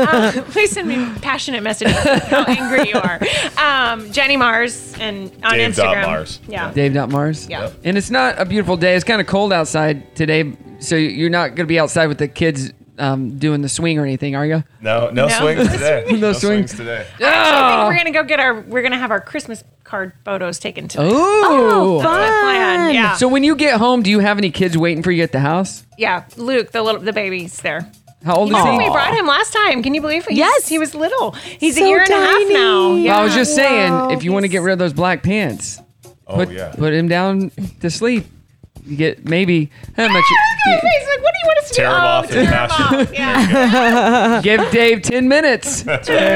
[SPEAKER 2] um, please send me passionate messages of how angry you are. Um, Jenny Mars and on
[SPEAKER 1] Dave dot
[SPEAKER 2] Instagram.
[SPEAKER 1] Mars.
[SPEAKER 2] Yeah.
[SPEAKER 1] Dave dot Mars.
[SPEAKER 2] Yeah. Yep.
[SPEAKER 1] And it's not a beautiful day. It's kind of cold outside today, so you're not going to be outside with the kids um, doing the swing or anything, are you?
[SPEAKER 3] No, no,
[SPEAKER 2] No.
[SPEAKER 3] swings today.
[SPEAKER 1] No
[SPEAKER 3] swings.
[SPEAKER 1] swings.
[SPEAKER 3] today.
[SPEAKER 2] I actually think we're gonna go get our we're gonna have our Christmas card photos taken today.
[SPEAKER 1] Oh,
[SPEAKER 2] That's the plan. Yeah.
[SPEAKER 1] So when you get home, do you have any kids waiting for you at the house?
[SPEAKER 2] yeah, Luke, the little the baby's there.
[SPEAKER 1] How old
[SPEAKER 2] You
[SPEAKER 1] is
[SPEAKER 2] know,
[SPEAKER 1] he?
[SPEAKER 2] we brought him last time. Can you believe it? He's-
[SPEAKER 1] Yes.
[SPEAKER 2] he was little. He's
[SPEAKER 1] So
[SPEAKER 2] a year and a half
[SPEAKER 1] tiny.
[SPEAKER 2] now. Yeah.
[SPEAKER 1] I was just saying, if you want to get rid of those black pants, put,
[SPEAKER 3] Oh, yeah.
[SPEAKER 1] put him down to sleep. You get maybe how much?
[SPEAKER 2] Look at my face, like, what do you want us to
[SPEAKER 1] Tear
[SPEAKER 2] do?
[SPEAKER 1] him
[SPEAKER 2] Oh,
[SPEAKER 1] off in
[SPEAKER 2] tear him
[SPEAKER 1] passion.
[SPEAKER 2] off. Yeah.
[SPEAKER 1] Give Dave ten minutes.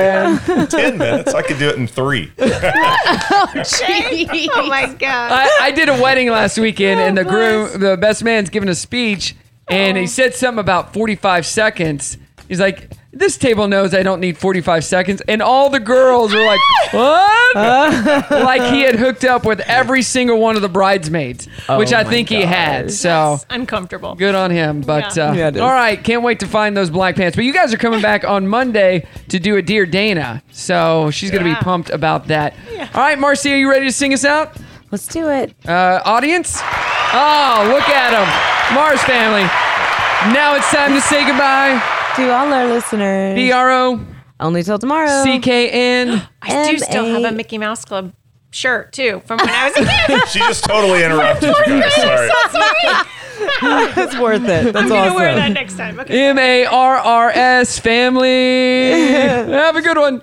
[SPEAKER 3] Ten minutes. I could do it in three.
[SPEAKER 2] oh, oh my god.
[SPEAKER 1] I, I did a wedding last weekend, and the groom, the best man's giving a speech, and he said something about 45 seconds. He's like, "This table knows I don't need 45 seconds," and all the girls were like, "What?" like he had hooked up with every single one of the bridesmaids,
[SPEAKER 2] Oh
[SPEAKER 1] which I
[SPEAKER 2] my
[SPEAKER 1] think he had. So.
[SPEAKER 2] uncomfortable.
[SPEAKER 1] Good on him, but
[SPEAKER 2] Yeah.
[SPEAKER 1] uh,
[SPEAKER 2] Yeah, it is.
[SPEAKER 1] all right, can't wait to find those black pants. But you guys are coming back on Monday to do a Dear Dana, so she's gonna be
[SPEAKER 4] Yeah.
[SPEAKER 1] pumped about that. All right, Marcy, are you ready to sing us out?
[SPEAKER 4] Let's do it.
[SPEAKER 1] Uh, audience? Oh, look at them. Mars family. Now it's time to say goodbye. E
[SPEAKER 4] To all our listeners.
[SPEAKER 1] BRO.
[SPEAKER 4] Only till tomorrow.
[SPEAKER 1] CKN.
[SPEAKER 2] I do still have a Mickey Mouse Club shirt too from when I was a kid.
[SPEAKER 3] She just totally interrupted you
[SPEAKER 2] I'm
[SPEAKER 3] guys. Sorry.
[SPEAKER 2] so sorry.
[SPEAKER 4] it's worth it. That's
[SPEAKER 2] I'm gonna wear
[SPEAKER 1] awesome.
[SPEAKER 2] that next time. Okay.
[SPEAKER 1] M A R R S family. Have a good one.